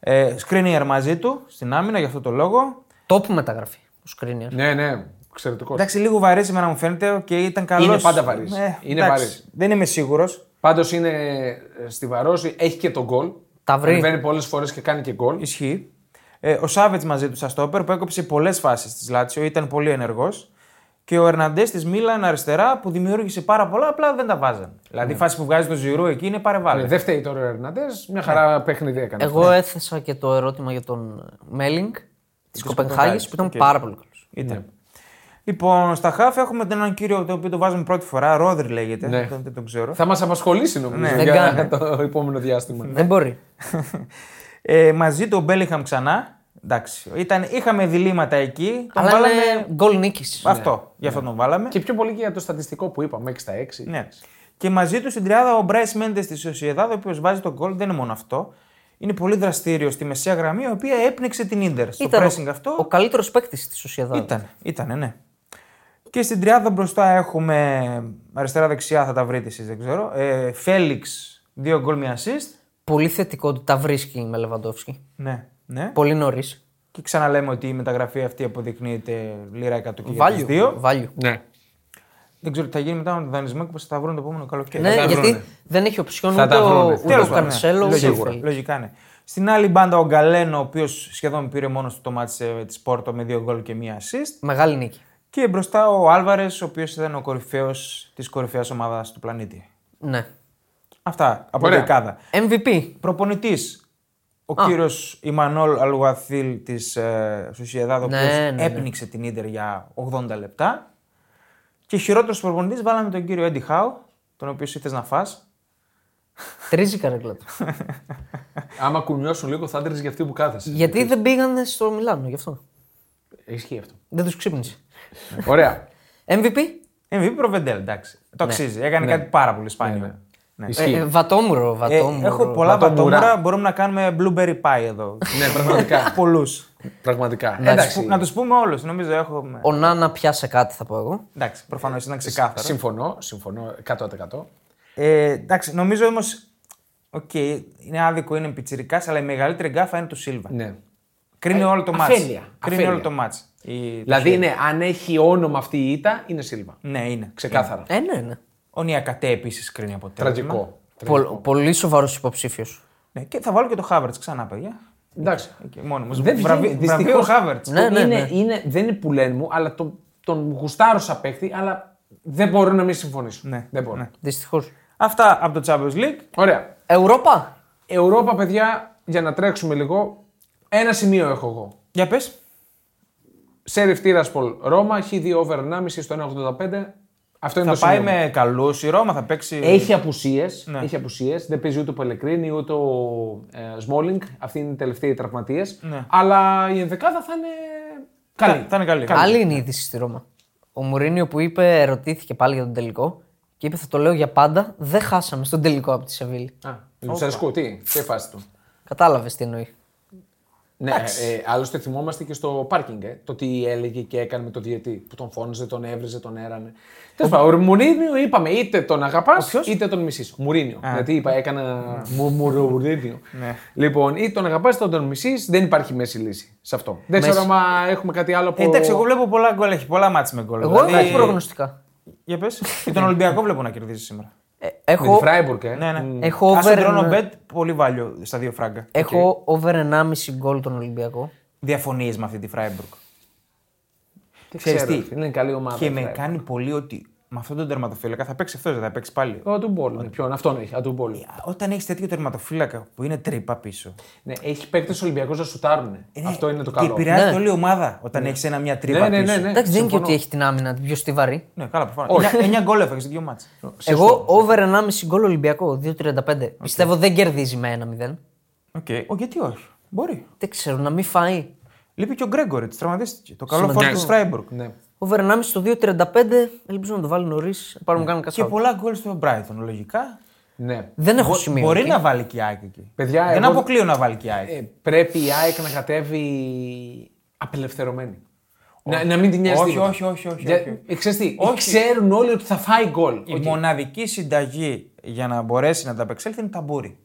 S3: Ε, Σκρίνιερ μαζί του στην άμυνα για αυτό το λόγο.
S2: Top μεταγραφή. Ο Σκρίνιερ.
S1: Ναι, ναι, εξαιρετικός.
S3: Εντάξει, λίγο βαρύς σήμερα μου φαίνεται και ήταν καλός.
S1: πάντα βαρύς. Είναι βαρύς.
S3: Δεν είμαι σίγουρος.
S1: Πάντως είναι ε, στη Βαρόση, έχει και τον γκολ.
S2: Τα βρει.
S1: Ανεβαίνει πολλές φορές και κάνει και γκολ.
S3: Ισχύει. Ε, ο Σάβετ μαζί του, σαν στόπερ, που έκοψε πολλές φάσεις της Λάτσιο, ήταν πολύ ενεργός. Και ο Ερναντές της Μίλαν αριστερά που δημιούργησε πάρα πολλά, απλά δεν τα βάζαν. Δηλαδή η φάση που βγάζει το Ζηρού εκεί είναι παρεβάλλον.
S1: Ε, Δεν φταίει τώρα ο Ερναντές. Μια χαρά παιχνίδι έκανε.
S2: Ναι. Εγώ έθεσα και το ερώτημα για τον Μέλινγκ της Κοπενχάγης
S3: Κοπενχάγης,
S2: που ήταν
S3: οκ.
S2: πάρα πολύ καλός.
S3: Ήταν. Λοιπόν, στα χάφη έχουμε τον έναν κύριο το οποίο το βάζουμε πρώτη φορά, Ρόδρυ λέγεται.
S1: Ναι.
S3: Δεν, δεν τον ξέρω.
S1: Θα μας απασχολήσει νομίζω
S3: Ναι.
S2: Δεν
S1: για
S2: κάνει.
S1: το επόμενο διάστημα.
S2: Δεν μπορεί.
S3: Ε, μαζί του ο Μπέλιχαμ ξανά. Εντάξει. Ήταν, είχαμε διλήμματα εκεί. Τον
S2: Αλλά
S3: βάλαμε.
S2: είναι γκολ νίκης.
S3: Αυτό. Γι' αυτό τον βάλαμε.
S1: Ναι. Και πιο πολύ και για το στατιστικό που είπαμε, 6 στα 6.
S3: Ναι. Και μαζί του στην τριάδα ο Μπράις Μέντες της Σοσιαδάδ, ο οποίος βάζει τον γκολ, δεν είναι μόνο αυτό. Είναι πολύ δραστήριο στη μεσαία γραμμή, η οποία έπνιξε την ντερ. Στο
S2: Ήταν
S3: pressing
S2: ο,
S3: αυτό.
S2: ο καλύτερος παίκτης της Σοσιαδά.
S3: Ήταν, ήταν, ναι. Και στην τριάδα μπροστά έχουμε αριστερά-δεξιά, θα τα βρείτε εσείς, δεν ξέρω. Ε, Φέληξ, δύο γκολ, μία assist.
S2: Πολύ θετικό ότι τα βρίσκει με Λεβαντόφσκι.
S3: Ναι, ναι.
S2: Πολύ νωρίς.
S3: Και ξαναλέμε ότι η μεταγραφή αυτή αποδεικνύεται λίρα 100 και για τις
S2: Βάλιο.
S3: δύο.
S2: Βάλιο.
S1: Ναι.
S3: Δεν ξέρω τι θα γίνει μετά με τον δανεισμό και πώς θα τα βρουν το επόμενο καλοκαίρι.
S2: Ναι,
S3: Θα τα
S2: γιατί
S3: βρούνε.
S2: δεν έχει οψιόν
S1: Θα
S2: ούτε
S1: τα
S2: ο,
S1: βρούνε.
S2: ούτε
S3: Τέλος
S2: ο
S3: πάντων, ναι.
S2: Κανσέλο ούτε ο
S3: Λογικά,
S2: Φέλιξ.
S3: λογικά, ναι. Στην άλλη μπάντα ο Γκαλένο, ο οποίος σχεδόν πήρε μόνος του το μάτσε της Πόρτο με δύο γκολ και μία assist.
S2: Μεγάλη νίκη.
S3: Και μπροστά ο Άλβαρες, ο οποίος ήταν ο κορυφαίος της κορυφαίας ομάδας του πλανήτη.
S2: Ναι.
S3: Αυτά από
S1: Ωραία.
S3: την δεκάδα.
S2: MVP.
S3: Προπονητής. Ο κύριος Ιμανόλ Αλγουαθίλ της ε, Σουσιαδάδ, ο
S2: Ναι,
S3: οποίος
S2: ναι, ναι.
S3: έπνιξε την ντερ για 80 λεπτά. Και χειρότερος προπονητής βάλαμε τον κύριο Έντι Χάου, τον οποίο ήθελε να φας.
S2: Τρίζει η καρέκλα του.
S1: Άμα κουνιώσουν λίγο, θα άντρε για αυτή που κάθεσαι.
S2: γιατί δεν πήγανε στο Μιλάνο γι' αυτό.
S1: Ισχύει αυτό.
S2: Δεν τους ξύπνησε.
S1: Ωραία.
S2: MVP.
S3: MVP προβεντέλ, εντάξει. Το αξίζει. Έκανε κάτι πάρα πολύ σπάνιο.
S1: Ναι, ναι.
S3: Ναι.
S2: Ε,
S1: Ισχύει.
S2: ε, βατόμουρο,
S3: Ε,
S2: βατόμουρο.
S3: έχω πολλά
S1: βατόμουρα.
S3: βατόμουρα. Μπορούμε να κάνουμε blueberry pie εδώ.
S1: Ναι, πραγματικά.
S3: Πολλούς.
S1: Πραγματικά.
S2: ε, Να
S1: Εντάξει.
S3: Να τους πούμε όλους. Νομίζω έχουμε.
S2: Ο Νάνα πιάσε κάτι, θα πω εγώ.
S3: Εντάξει, προφανώς ήταν ξεκάθαρο.
S1: Συμφωνώ, συμφωνώ 100%.
S3: Ε, εντάξει, νομίζω όμως. Οκ, είναι άδικο, είναι πιτσυρικά, αλλά η μεγαλύτερη γκάφα είναι του Σίλβα.
S1: Ναι.
S3: Κρίνει όλο το μάτς.
S1: αφέλεια,
S3: Κρίνει
S1: αφέλεια.
S3: όλο το μάτς. Η-
S1: Δηλαδή, είναι, αν έχει όνομα αυτή η ήττα, είναι Σίλβα.
S3: Ναι, είναι.
S1: Ξεκάθαρα.
S2: Ε, ναι, ναι.
S3: Ο Νιακατέ επίσης κρίνει αποτέλεσμα.
S1: Τραγικό. Τραγικό.
S2: Πολ- πολύ σοβαρός υποψήφιος.
S3: Ναι, και θα βάλω και το Χάβερτ ξανά, παιδιά.
S1: Εντάξει.
S3: Και μόνο μου.
S1: Δεν βγαίνει.
S3: Βραβείο Χάβερτ.
S2: Ναι, ναι,
S1: είναι,
S2: ναι.
S1: είναι, δεν είναι που λένε μου, αλλά το, τον γουστάρωσα παίχτη, αλλά δεν μπορώ να μην συμφωνήσω.
S3: Ναι,
S1: Δεν μπορώ.
S3: ναι.
S2: Δυστυχώς.
S3: Αυτά από το Champions League.
S1: Ωραία.
S2: Ευρώπα.
S1: Ευρώπα, παιδιά, για να τρέξουμε λίγο, ένα σημείο έχω εγώ.
S3: Για πες.
S1: Σεριφ Τύρασπολ Ρώμα, έχει δύο over 1,5 στο 1,85. Αυτό είναι
S3: Θα
S1: το
S3: πάει
S1: σημείο. μου.
S3: με καλούς. Η Ρώμα θα παίξει.
S1: Έχει απουσίες.
S3: Ναι.
S1: Έχει απουσίες. Δεν παίζει ούτε ο Πελεκρίνη ούτε ο ε, Σμόλινγκ. Αυτοί είναι οι τελευταίοι τραυματίες.
S3: Ναι.
S1: Αλλά η ενδεκάδα θα είναι καλή.
S3: Θα- θα είναι καλή.
S2: Άλλη είναι η είδηση στη Ρώμα. Ο Μουρίνιο που είπε, ρωτήθηκε πάλι για τον τελικό και είπε: Θα το λέω για πάντα. Δεν χάσαμε στον τελικό από τη Σεβίλη.
S1: Α, Λουτσέσκου, τι, τι φάση του.
S2: Κατάλαβες τι εννοεί.
S1: Ναι, ε, ε, άλλωστε θυμόμαστε και στο πάρκινγκ ε, το τι έλεγε και έκανε με τον διαιτή. Που τον φώναζε, τον έβριζε, τον έρανε. Τέλος πάντων, ο Μουρίνιο είπαμε είτε τον αγαπάς είτε τον μισείς. Μουρίνιο. Γιατί είπα, έκανα. μου- Μουρίνιο.
S3: Ναι.
S1: Λοιπόν, είτε τον αγαπάς είτε τον μισείς, δεν υπάρχει μέση λύση σε αυτό. Δεν
S2: Μέση.
S1: ξέρω αν έχουμε κάτι άλλο από.
S3: Ε, εντάξει, εγώ βλέπω πολλά γκολ. Έχει πολλά μάτς με γκολ.
S2: Εγώ έχω
S3: Δηλαδή-
S2: προγνωστικά.
S3: Για πες. και τον Ολυμπιακό βλέπω να κερδίζει σήμερα.
S2: Ε,
S1: Με τη
S2: έχω,
S1: Φράιμπουργκ, ε.
S3: Ναι, ναι.
S2: Έχω
S3: Ας
S2: over
S3: συγκρίνω
S2: ένα-
S3: bet πολύ βάλιο στα δύο φράγκα.
S2: έχω over 1,5 γκολ τον Ολυμπιακό.
S3: Διαφωνεί με αυτή τη Φράιμπουργκ.
S1: Τι
S3: Ξέρεις
S1: ξέρω,
S3: τι,
S1: Είναι καλή ομάδα.
S3: Και με
S1: Φράιμπουργκ.
S3: κάνει πολύ ότι με αυτόν τον τερματοφύλακα θα παίξει αυτός, δεν θα παίξει πάλι.
S1: Ο Ατουμπόλ. είναι. Ποιον, αυτόν έχει. Ατουμπόλ.
S3: Όταν έχεις τέτοιο τερματοφύλακα που είναι τρύπα πίσω.
S1: Ναι, έχει παίκτες Ολυμπιακούς να σουτάρουν.
S3: είναι-
S1: Ε, Αυτό είναι το
S3: Ε, Και
S1: καλό.
S3: επηρεάζει
S2: Ναι.
S3: όλη η ομάδα όταν έχεις ένα μια τρύπα
S1: Ναι, ναι, ναι,
S3: πίσω.
S1: ναι.
S2: Εντάξει, δεν είναι και
S1: συμφωνώ.
S2: ότι έχει την άμυνα την πιο στιβαρή.
S3: Ναι, καλά, προφανώς. 9 γκολ έφαγες σε δύο μάτς.
S1: Ε,
S2: Εγώ over 1,5 γκολ Ολυμπιακό, 2,35. Πιστεύω δεν κερδίζει με 1-0.
S3: Οκ, Ω, γιατί όχι. Μπορεί.
S2: Δεν ξέρω, να μην φάει.
S3: Λείπει και ο Γκρέγκοριτ, τραυματίστηκε. Το καλό
S2: Σημαντικό.
S3: φόρμα της Φράιμπουργκ.
S1: Ναι.
S2: Over 1,5 στο 2,35. Ελπίζω να το βάλει νωρίς. Πάρουμε κάνουμε κάτι
S3: Ναι. Και
S2: άλλο.
S3: πολλά γκολ στο Μπράιτον, λογικά.
S1: ναι.
S2: Δεν έχω
S3: Μπο-
S2: σημείο.
S3: Μπορεί
S2: εκεί.
S3: να βάλει και η ΑΕΚ εκεί.
S1: Παιδιά,
S3: δεν
S1: εγώ-
S3: αποκλείω να βάλει και η ΑΕΚ.
S1: Ε, πρέπει η ΑΕΚ να κατέβει απελευθερωμένη. Να, να μην την νοιάζει
S3: Όχι,
S1: τίποτα.
S3: όχι, όχι, όχι, όχι.
S1: ε, ξέρεις τι,
S3: Όχι.
S1: ξέρουν όλοι ότι θα φάει γκολ.
S3: Η
S1: Οκ.
S3: μοναδική συνταγή για να μπορέσει να τα απεξέλθει είναι ταμπούρι.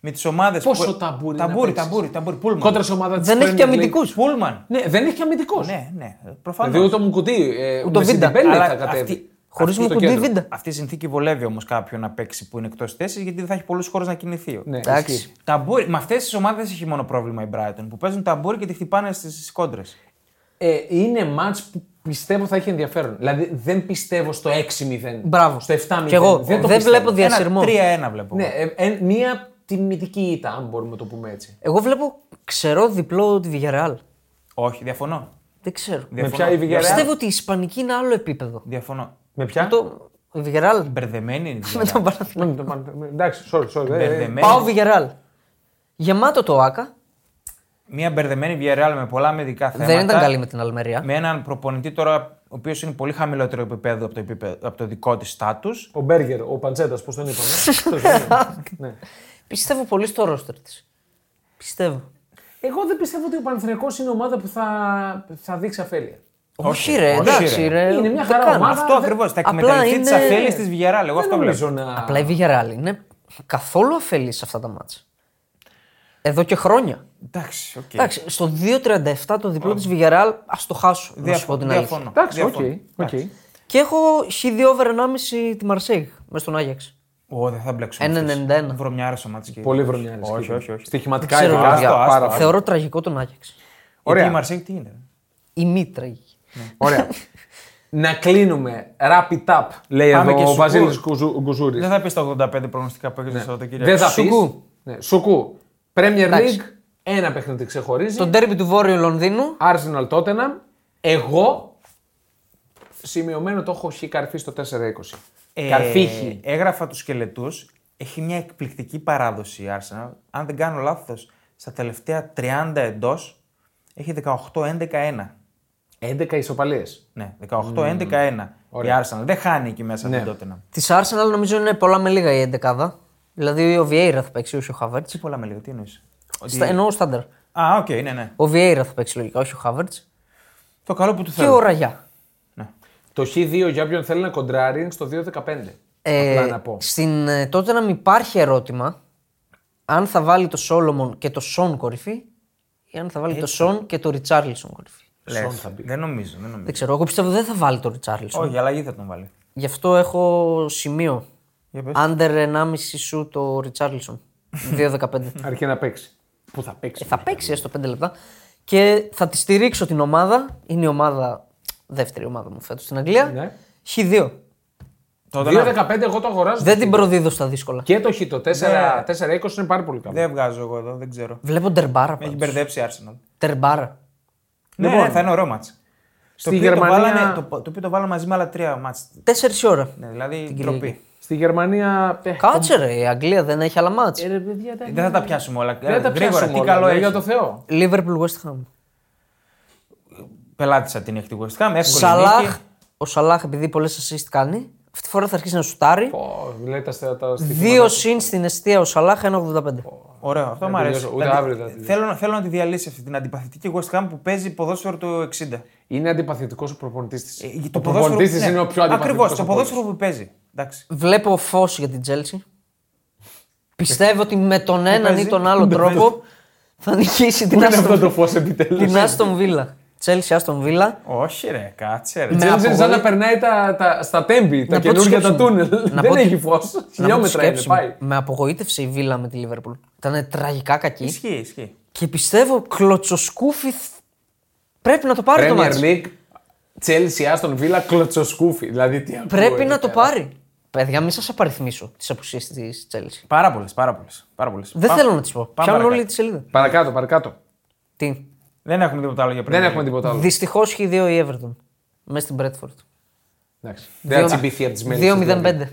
S3: Με τις ομάδες
S1: Πόσο ταμπούρι να
S3: Ταμπούρι,
S1: παίξεις.
S3: ταμπούρι, ταμπούρι. Πούλμαν.
S1: Κόντρα σε ομάδα της
S2: Δεν έχει
S1: Premier
S2: και
S1: League.
S2: αμυντικούς.
S3: Πούλμαν.
S1: Ναι, δεν έχει και αμυντικός.
S3: Ναι, ναι, προφανώς.
S1: Δηλαδή ούτε ο Μουκουτί, ε, ούτε
S2: ο Βίντα.
S1: θα
S3: Αλλά
S1: κατέβει.
S3: αυτή-
S2: Χωρί
S1: στο
S2: Μουκουντή
S1: κέντρο.
S2: Βίντα.
S3: Αυτή η συνθήκη βολεύει όμως κάποιον να παίξει που είναι εκτός θέσης γιατί δεν θα έχει πολλούς χώρους να κινηθεί.
S1: Ναι,
S2: Εντάξει.
S1: ισχύει.
S3: Ταμπούρι, με αυτές τις ομάδες έχει μόνο πρόβλημα η Brighton που παίζουν ταμπούρι και τη χτυπάνε στις κόντρες.
S1: Ε, είναι μάτς που πιστεύω θα έχει ενδιαφέρον. Δηλαδή δεν πιστεύω στο 6-0.
S2: Μπράβο.
S1: Στο 7-0.
S2: Κι εγώ.
S1: Δεν, το
S2: Δεν
S1: πιστεύω.
S2: βλέπω δια- Διασυρμό.
S3: Ένα 3-1 βλέπω.
S1: Ναι, ε, ε, μία τιμητική ήττα, αν μπορούμε να το πούμε έτσι.
S2: Εγώ βλέπω ξερό διπλό τη Villarreal. Όχι.
S3: Όχι, διαφωνώ.
S2: Δεν ξέρω.
S1: Με
S3: Διαφωνώ.
S1: ποια η Villarreal?
S2: Πιστεύω ότι η Ισπανική είναι άλλο επίπεδο.
S3: Διαφωνώ.
S1: Με ποια?
S2: Το η Villarreal
S3: Μπερδεμένη είναι. η
S2: με τον
S3: Villarreal.
S2: Παναθηναϊκό.
S1: Ναι, με το Παναθη- με- Εντάξει, sorry, sorry. ε, ε,
S3: Μπερδεμένη.
S2: Πάω Villarreal. Γεμάτο το ΆΚΑ.
S3: Μια μπερδεμένη Villarreal με πολλά μεδικά θέματα.
S2: Δεν ήταν καλή με την Αλμερία.
S3: Με έναν προπονητή τώρα, ο οποίος είναι πολύ χαμηλότερο επίπεδο από το, επίπεδο, από το δικό της στάτους.
S1: Ο Μπέργκερ, ο Παντζέτα, πώς τον είπαμε. ναι.
S2: Πιστεύω πολύ στο ρόστερ της. Πιστεύω.
S1: Εγώ δεν πιστεύω ότι ο Παναθηναϊκός είναι ομάδα που θα, θα δείξει αφέλεια.
S2: Όχι, ρε,
S3: όχι,
S2: εντάξει,
S3: ρε.
S2: ρε.
S1: Είναι μια
S2: δεν
S1: χαρά
S2: κάνω.
S1: ομάδα.
S3: Αυτό
S1: δεν-
S3: ακριβώς. Θα
S2: απλά
S3: εκμεταλλευτεί τι
S2: είναι-
S3: αφέλειε τη Villarreal. Εγώ
S1: Δεν
S3: αυτό βλέπω.
S1: νομίζω να.
S2: Απλά η Villarreal είναι καθόλου αφελή σε αυτά τα μάτσα. Εδώ και χρόνια.
S3: Εντάξει, οκ.
S2: Εντάξει, στο 2.37 το διπλό τη Villarreal, ας το χάσω. να σου πω την αλήθεια.
S3: διαφωνώ.
S1: Εντάξει, οκ.
S3: Διαφωνώ.
S1: οκ.
S3: Εντάξει.
S2: Και έχω χ2 over 1,5 τη Μαρσέγ μες στον Άγιαξ.
S3: Ω, δεν θα μπλέξουμε.
S2: 1,91.
S3: Βρωμιάρε ο Μάτς και-
S1: Πολύ βρονιάρης.
S3: Όχι, όχι, όχι.
S1: Στοιχηματικά
S2: Ξέρω,
S1: ειδικά,
S2: παιδιά.
S1: πάρα
S3: άστο.
S1: πολύ.
S2: Θεωρώ τραγικό τον Άγιαξ.
S1: Ωραία.
S3: Γιατί η Μαρσέικ τι είναι. ρε?
S2: Η μη τραγική.
S3: Ναι,
S1: Ωραία. να κλείνουμε. Rapid up, λέει
S3: Πάμε και
S1: εδώ ο Βασίλη
S3: σουκού. Δεν
S1: Γκουζούρη.
S3: θα πεις τα 85 προγνωστικά που έχεις
S2: Ναι.
S3: το Σαββατοκύριακο.
S1: Δεν θα πεις.
S2: Σουκού.
S1: Ναι, σουκού. Premier
S2: Εντάξει.
S1: League, ένα παιχνίδι ξεχωρίζει.
S2: Το ντέρμπι του Βόρειου Λονδίνου.
S1: Arsenal Tottenham. Εγώ σημειωμένο το έχω χει καρφί στο 4-20.
S3: Ε,
S1: καρφί χει.
S3: Έγραφα τους σκελετούς. Έχει μια εκπληκτική παράδοση η Arsenal. Αν δεν κάνω λάθος, στα τελευταία 30 εντός έχει 18-11-1.
S1: 11 ισοπαλίες.
S3: Ναι, 18-11-1. Η Arsenal δεν χάνει εκεί μέσα
S1: Ναι.
S3: την Tottenham.
S2: Της Arsenal νομίζω είναι πολλά με λίγα η 11 Δηλαδή ο Βιέιρα θα παίξει, όχι ο Χάβερτ.
S3: Τι πολλά με λίγο, τι εννοείς. Ότι-
S2: Εννοώ στάνταρ.
S3: Α, οκ, ναι, ναι.
S2: Ο Βιέιρα θα παίξει λογικά, όχι ο Χάβερτ.
S3: Το καλό που του
S2: Και ο
S3: θέλω.
S2: Ραγιά.
S1: Το χ2 για όποιον θέλει να κοντράρει είναι στο 2-15. Απλά να πω.
S2: Ε, Στην ε, τότε να μην υπάρχει ερώτημα αν θα βάλει το Σόλομον και το Σον κορυφή ή αν θα βάλει το Σον και το Ριτσάρλισον κορυφή.
S1: Σον
S3: Λες,
S1: θα μπει.
S3: Δεν νομίζω, δεν νομίζω.
S2: Δεν ξέρω, εγώ πιστεύω δεν θα βάλει το Ριτσάρλισον.
S3: Όχι, αλλαγή θα τον βάλει.
S2: Γι' αυτό έχω σημείο.
S3: Για πες.
S2: Under 1,5 σου το Ριτσάρλισον. 2-15.
S1: Αρκεί να παίξει. Πού θα παίξει.
S2: θα παίξει έστω 5 λεπτά και θα τη στηρίξω την ομάδα. Είναι η ομάδα, δεύτερη ομάδα μου φέτος στην Αγγλία.
S1: Ναι.
S2: Χ2.
S3: Τότε να-
S1: 2-15 εγώ το αγοράζω.
S2: Δεν Ναι. την προδίδω στα δύσκολα.
S1: Και το χ το 4 4-20 είναι πάρα πολύ
S2: Ναι.
S1: καλό.
S3: Δεν βγάζω εγώ εδώ, δεν ξέρω.
S2: Βλέπω τερμπάρα.
S3: Με έχει
S2: πάντως.
S3: μπερδέψει η Arsenal.
S2: Τερμπάρα.
S3: Ναι, ναι, θα είναι ωραίο μάτς.
S1: Λοιπόν, Στη
S3: το οποίο
S1: Γερμανία-
S3: Το, βάλανε, το, το οποίο το βάλανε μαζί με άλλα τρία μάτς.
S2: 4 ώρα.
S3: Ναι, δηλαδή
S2: Κυριακή.
S3: ντροπή.
S1: Στη Γερμανία. ε,
S2: Κάτσε ρε, η Αγγλία δεν έχει άλλα μάτς.
S1: ε, ρε, παιδιά, τα-
S3: Δεν θα τα πιάσουμε όλα.
S2: Ναι,
S1: δεν τα
S3: Γρήγορα,
S1: πιάσουμε
S3: τι
S1: όλα,
S3: καλό
S1: ρε,
S3: έχει.
S1: για το Θεό.
S2: Liverpool West Ham.
S3: Πελάτησα την έχει τη West Ham, εύκολη
S2: Σαλάχ,
S3: νίκη.
S2: ο Σαλάχ επειδή πολλές assist κάνει, αυτή τη φορά θα αρχίσει να σουτάρει.
S1: Πω, λέει τα στα- τα στοιχήματα.
S2: Δύο συν στην αιστεία ο Σαλάχ, 1,85.
S3: Ωραίο, αυτό μου αρέσει.
S1: τελειώσω, ούτε
S3: Δηλαδή,
S1: αύριο δεν θα τελειώσω.
S3: θέλω, θέλω να τη διαλύσει αυτή την αντιπαθητική West Ham που παίζει ποδόσφαιρο το 60.
S1: Είναι αντιπαθητικός ο προπονητής της.
S3: Ε,
S1: ο προπονητής της
S3: ναι,
S1: είναι ο πιο αντιπαθητικός.
S3: Ακριβώς, το ποδόσφαιρο που παίζει. Εντάξει.
S2: Βλέπω φως για την Τζέλσι. Πιστεύω ότι με τον έναν ή
S3: παίζει?
S2: τον άλλο
S3: Δεν
S2: τρόπο θα νικήσει την
S1: Είναι αυτό το
S2: Άστον-
S1: φως επιτέλους.
S2: την Άστον Βίλα. Τσέλσι Άστον Βίλα.
S3: Όχι, ρε, κάτσε. Ρε.
S2: Με
S1: Τζέλτζεν σαν να
S2: απογοήτευση.
S1: περνάει τα, τα, στα τέμπη, τα
S2: Ναι, Να πω τη
S1: καινούργια τα
S2: σκέψη μου.
S1: τούνελ.
S2: Να
S1: Δεν
S2: πω τη-
S1: έχει φως.
S2: Να μην
S1: Χιλιόμετρα είναι,
S2: σκέψουμε.
S1: πάει.
S2: Με απογοήτευσε η Βίλα με τη Λίβερπουλ. Ήταν τραγικά κακή.
S3: Ισχύει, ισχύει.
S2: Και πιστεύω κλωτσοσκούφι θ- πρέπει να το πάρει το
S1: Premier
S2: μάτι.
S1: League, Chelsea, Aston Villa, κλωτσοσκούφι. Δηλαδή τι ακούω
S2: Πρέπει
S1: εδώ
S2: να το
S1: πέρα.
S2: πάρει. Παιδιά, μην σας απαριθμίσω τις απουσίες της Τσέλση.
S3: Πάρα πολλές, πάρα πολλές. Πάρα πολλές.
S2: Δεν
S3: Πάμε-
S2: θέλω να τις πω.
S3: πάμε
S2: Πιάνουν
S3: παρακάτω.
S2: όλη τη σελίδα.
S1: Παρακάτω, παρακάτω.
S2: Τι.
S3: Δεν έχουμε τίποτα άλλο για πριν.
S1: Δεν έχουμε τίποτα άλλο.
S2: Δυστυχώς χ2 η Everton. Μέσα στην Πρέτφορντ.
S1: Εντάξει. Δεν θα τσιμπηθεί από τις μέλε.
S2: 2-0-5.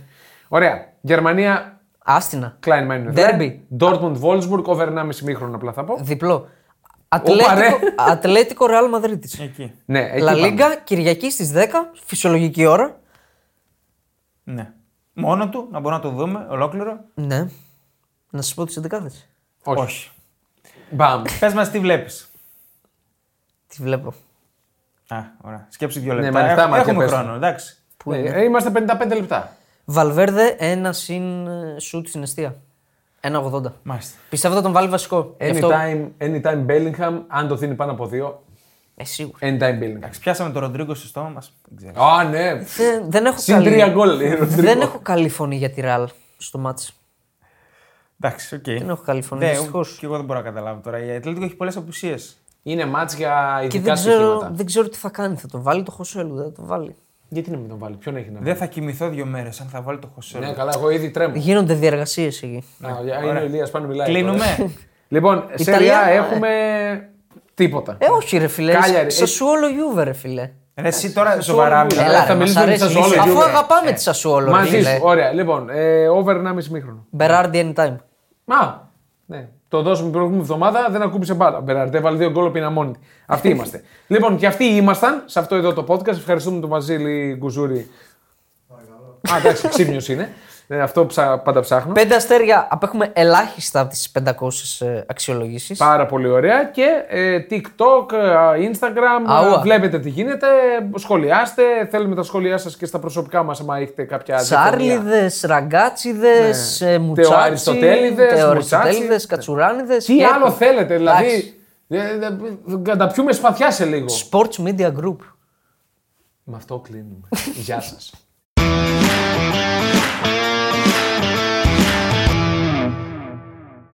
S1: Ωραία. Γερμανία,
S2: Άστινα.
S1: Klein Minor.
S2: Derby.
S1: Dortmund, Wolfsburg, over 1,5 μήχρονο απλά θα πω.
S2: Διπλό. Ατλέτικο,
S1: ρε.
S2: Ατλέτικο Ρεάλ Μαδρίτη.
S3: Εκεί.
S1: Ναι, εκεί
S2: Λα
S1: πάμε.
S2: Λίγκα, Κυριακή στις 10, φυσιολογική ώρα.
S3: Ναι. Μόνο του, να μπορούμε να το δούμε ολόκληρο.
S2: Ναι. Να σας πω τις 11
S1: Όχι.
S3: Όχι.
S1: Μπαμ.
S3: Πες μας τι βλέπεις.
S2: Τι βλέπω.
S3: Α, ωραία. Σκέψη δύο λεπτά.
S1: με ανοιχτά
S3: Έχ-
S1: μάτια
S3: έχουμε
S1: πες.
S3: χρόνο, εντάξει.
S1: Ναι, ε, Είμαστε 55 λεπτά.
S2: Βαλβέρδε, ένα συν ε, σουτ στην αιστεία. 1,80.
S3: Μάλιστα.
S2: Πιστεύω θα τον βάλει βασικό. Γι' αυτό
S1: Anytime, anytime Bellingham, αν το δίνει πάνω από δύο.
S2: Ε, σίγουρα.
S1: End time building.
S3: Εντάξει, πιάσαμε τον Ροντρίγκο στο στόμα μας. Δεν ξέρω.
S1: Α, ναι.
S2: Δεν, δεν έχω
S1: Συν τρία γκολ, λέει, Ροντρίγκο.
S2: Δεν έχω καλή φωνή για τη ραλ στο μάτς.
S3: Εντάξει, οκ.
S2: Δεν έχω καλή φωνή,
S3: Ναι,
S2: δυστυχώς.
S3: Και εγώ δεν μπορώ να καταλάβω τώρα. Η Ατλέτικο έχει πολλές απουσίες.
S1: Είναι μάτς για
S2: Και
S1: ειδικά
S2: δεν ξέρω,
S1: στοιχήματα.
S2: δεν ξέρω τι θα κάνει. Θα το βάλει το Χωσέλου, δεν θα το βάλει.
S1: Γιατί να μην τον βάλει, ποιον έχει να
S3: Δεν
S1: βάλει.
S3: θα κοιμηθώ δύο μέρες αν θα βάλει το Χωσέ.
S1: Ναι, καλά, εγώ ήδη τρέμω.
S2: Γίνονται διαργασίε εκεί.
S1: Α, Είναι ο Ηλίας, πάνω μιλάει.
S3: Κλείνουμε.
S1: τώρα. Λοιπόν, σε
S2: Ιταλία,
S1: ρεά
S2: ε.
S1: έχουμε τίποτα.
S2: Ε, όχι, ρε φιλέ.
S1: Κάλιαρη,
S2: Σα σου όλο Γιούβε, ρε φιλέ.
S3: Ρε, εσύ τώρα σοβαρά
S1: Σοβαρά.
S3: μιλάς.
S1: Έλα,
S2: Έλα,
S1: θα
S2: ρε, μας
S1: μιλήσουμε για τη
S2: αρέσει.
S1: Σασουόλο,
S2: Αφού
S1: Γιούβε. Ε,
S2: αγαπάμε τη Σασουόλο, ρε
S1: Μαζί σου,
S2: φίλε.
S1: ωραία. Λοιπόν, ε, over 1,5 μήχρονο.
S2: Berardi anytime.
S1: Α, ναι. Το δώσαμε την προηγούμενη εβδομάδα, δεν ακούμπησε μπάλα. Μπεραρτέ, έβαλε δύο γκολ πίνα μόνη. τη. Αυτοί είμαστε. λοιπόν, και αυτοί ήμασταν σε αυτό εδώ το podcast. Ευχαριστούμε τον Βασίλη Γκουζούρη. Α, εντάξει, ξύπνιος είναι. Ε, αυτό ψα- πάντα ψάχνω.
S2: Πέντε αστέρια απέχουμε ελάχιστα από ε, τι 500 αξιολογήσεις.
S1: Πάρα πολύ ωραία. Και ε, TikTok, ε, Instagram,
S2: Αούα.
S1: ε, βλέπετε τι γίνεται, σχολιάστε. Θέλουμε τα σχόλιά σας και στα προσωπικά μας, άμα έχετε κάποια διαφωνία.
S2: Τσάρλιδες, ραγκάτσιδες,
S1: Ναι.
S2: ε, μουτσάτσι,
S1: Τεοαριστοτέλιδες,
S2: τεοαριστοτέλιδες,
S1: μουτσάτσι.
S2: κατσουράνιδες.
S1: Τι άλλο
S2: σκέτο.
S1: θέλετε, δηλαδή.
S2: Εντάξει.
S1: ε, ε, Καταπιούμε σπαθιά σε λίγο.
S2: Sports Media Group.
S1: Με αυτό κλείνουμε. Γεια σας.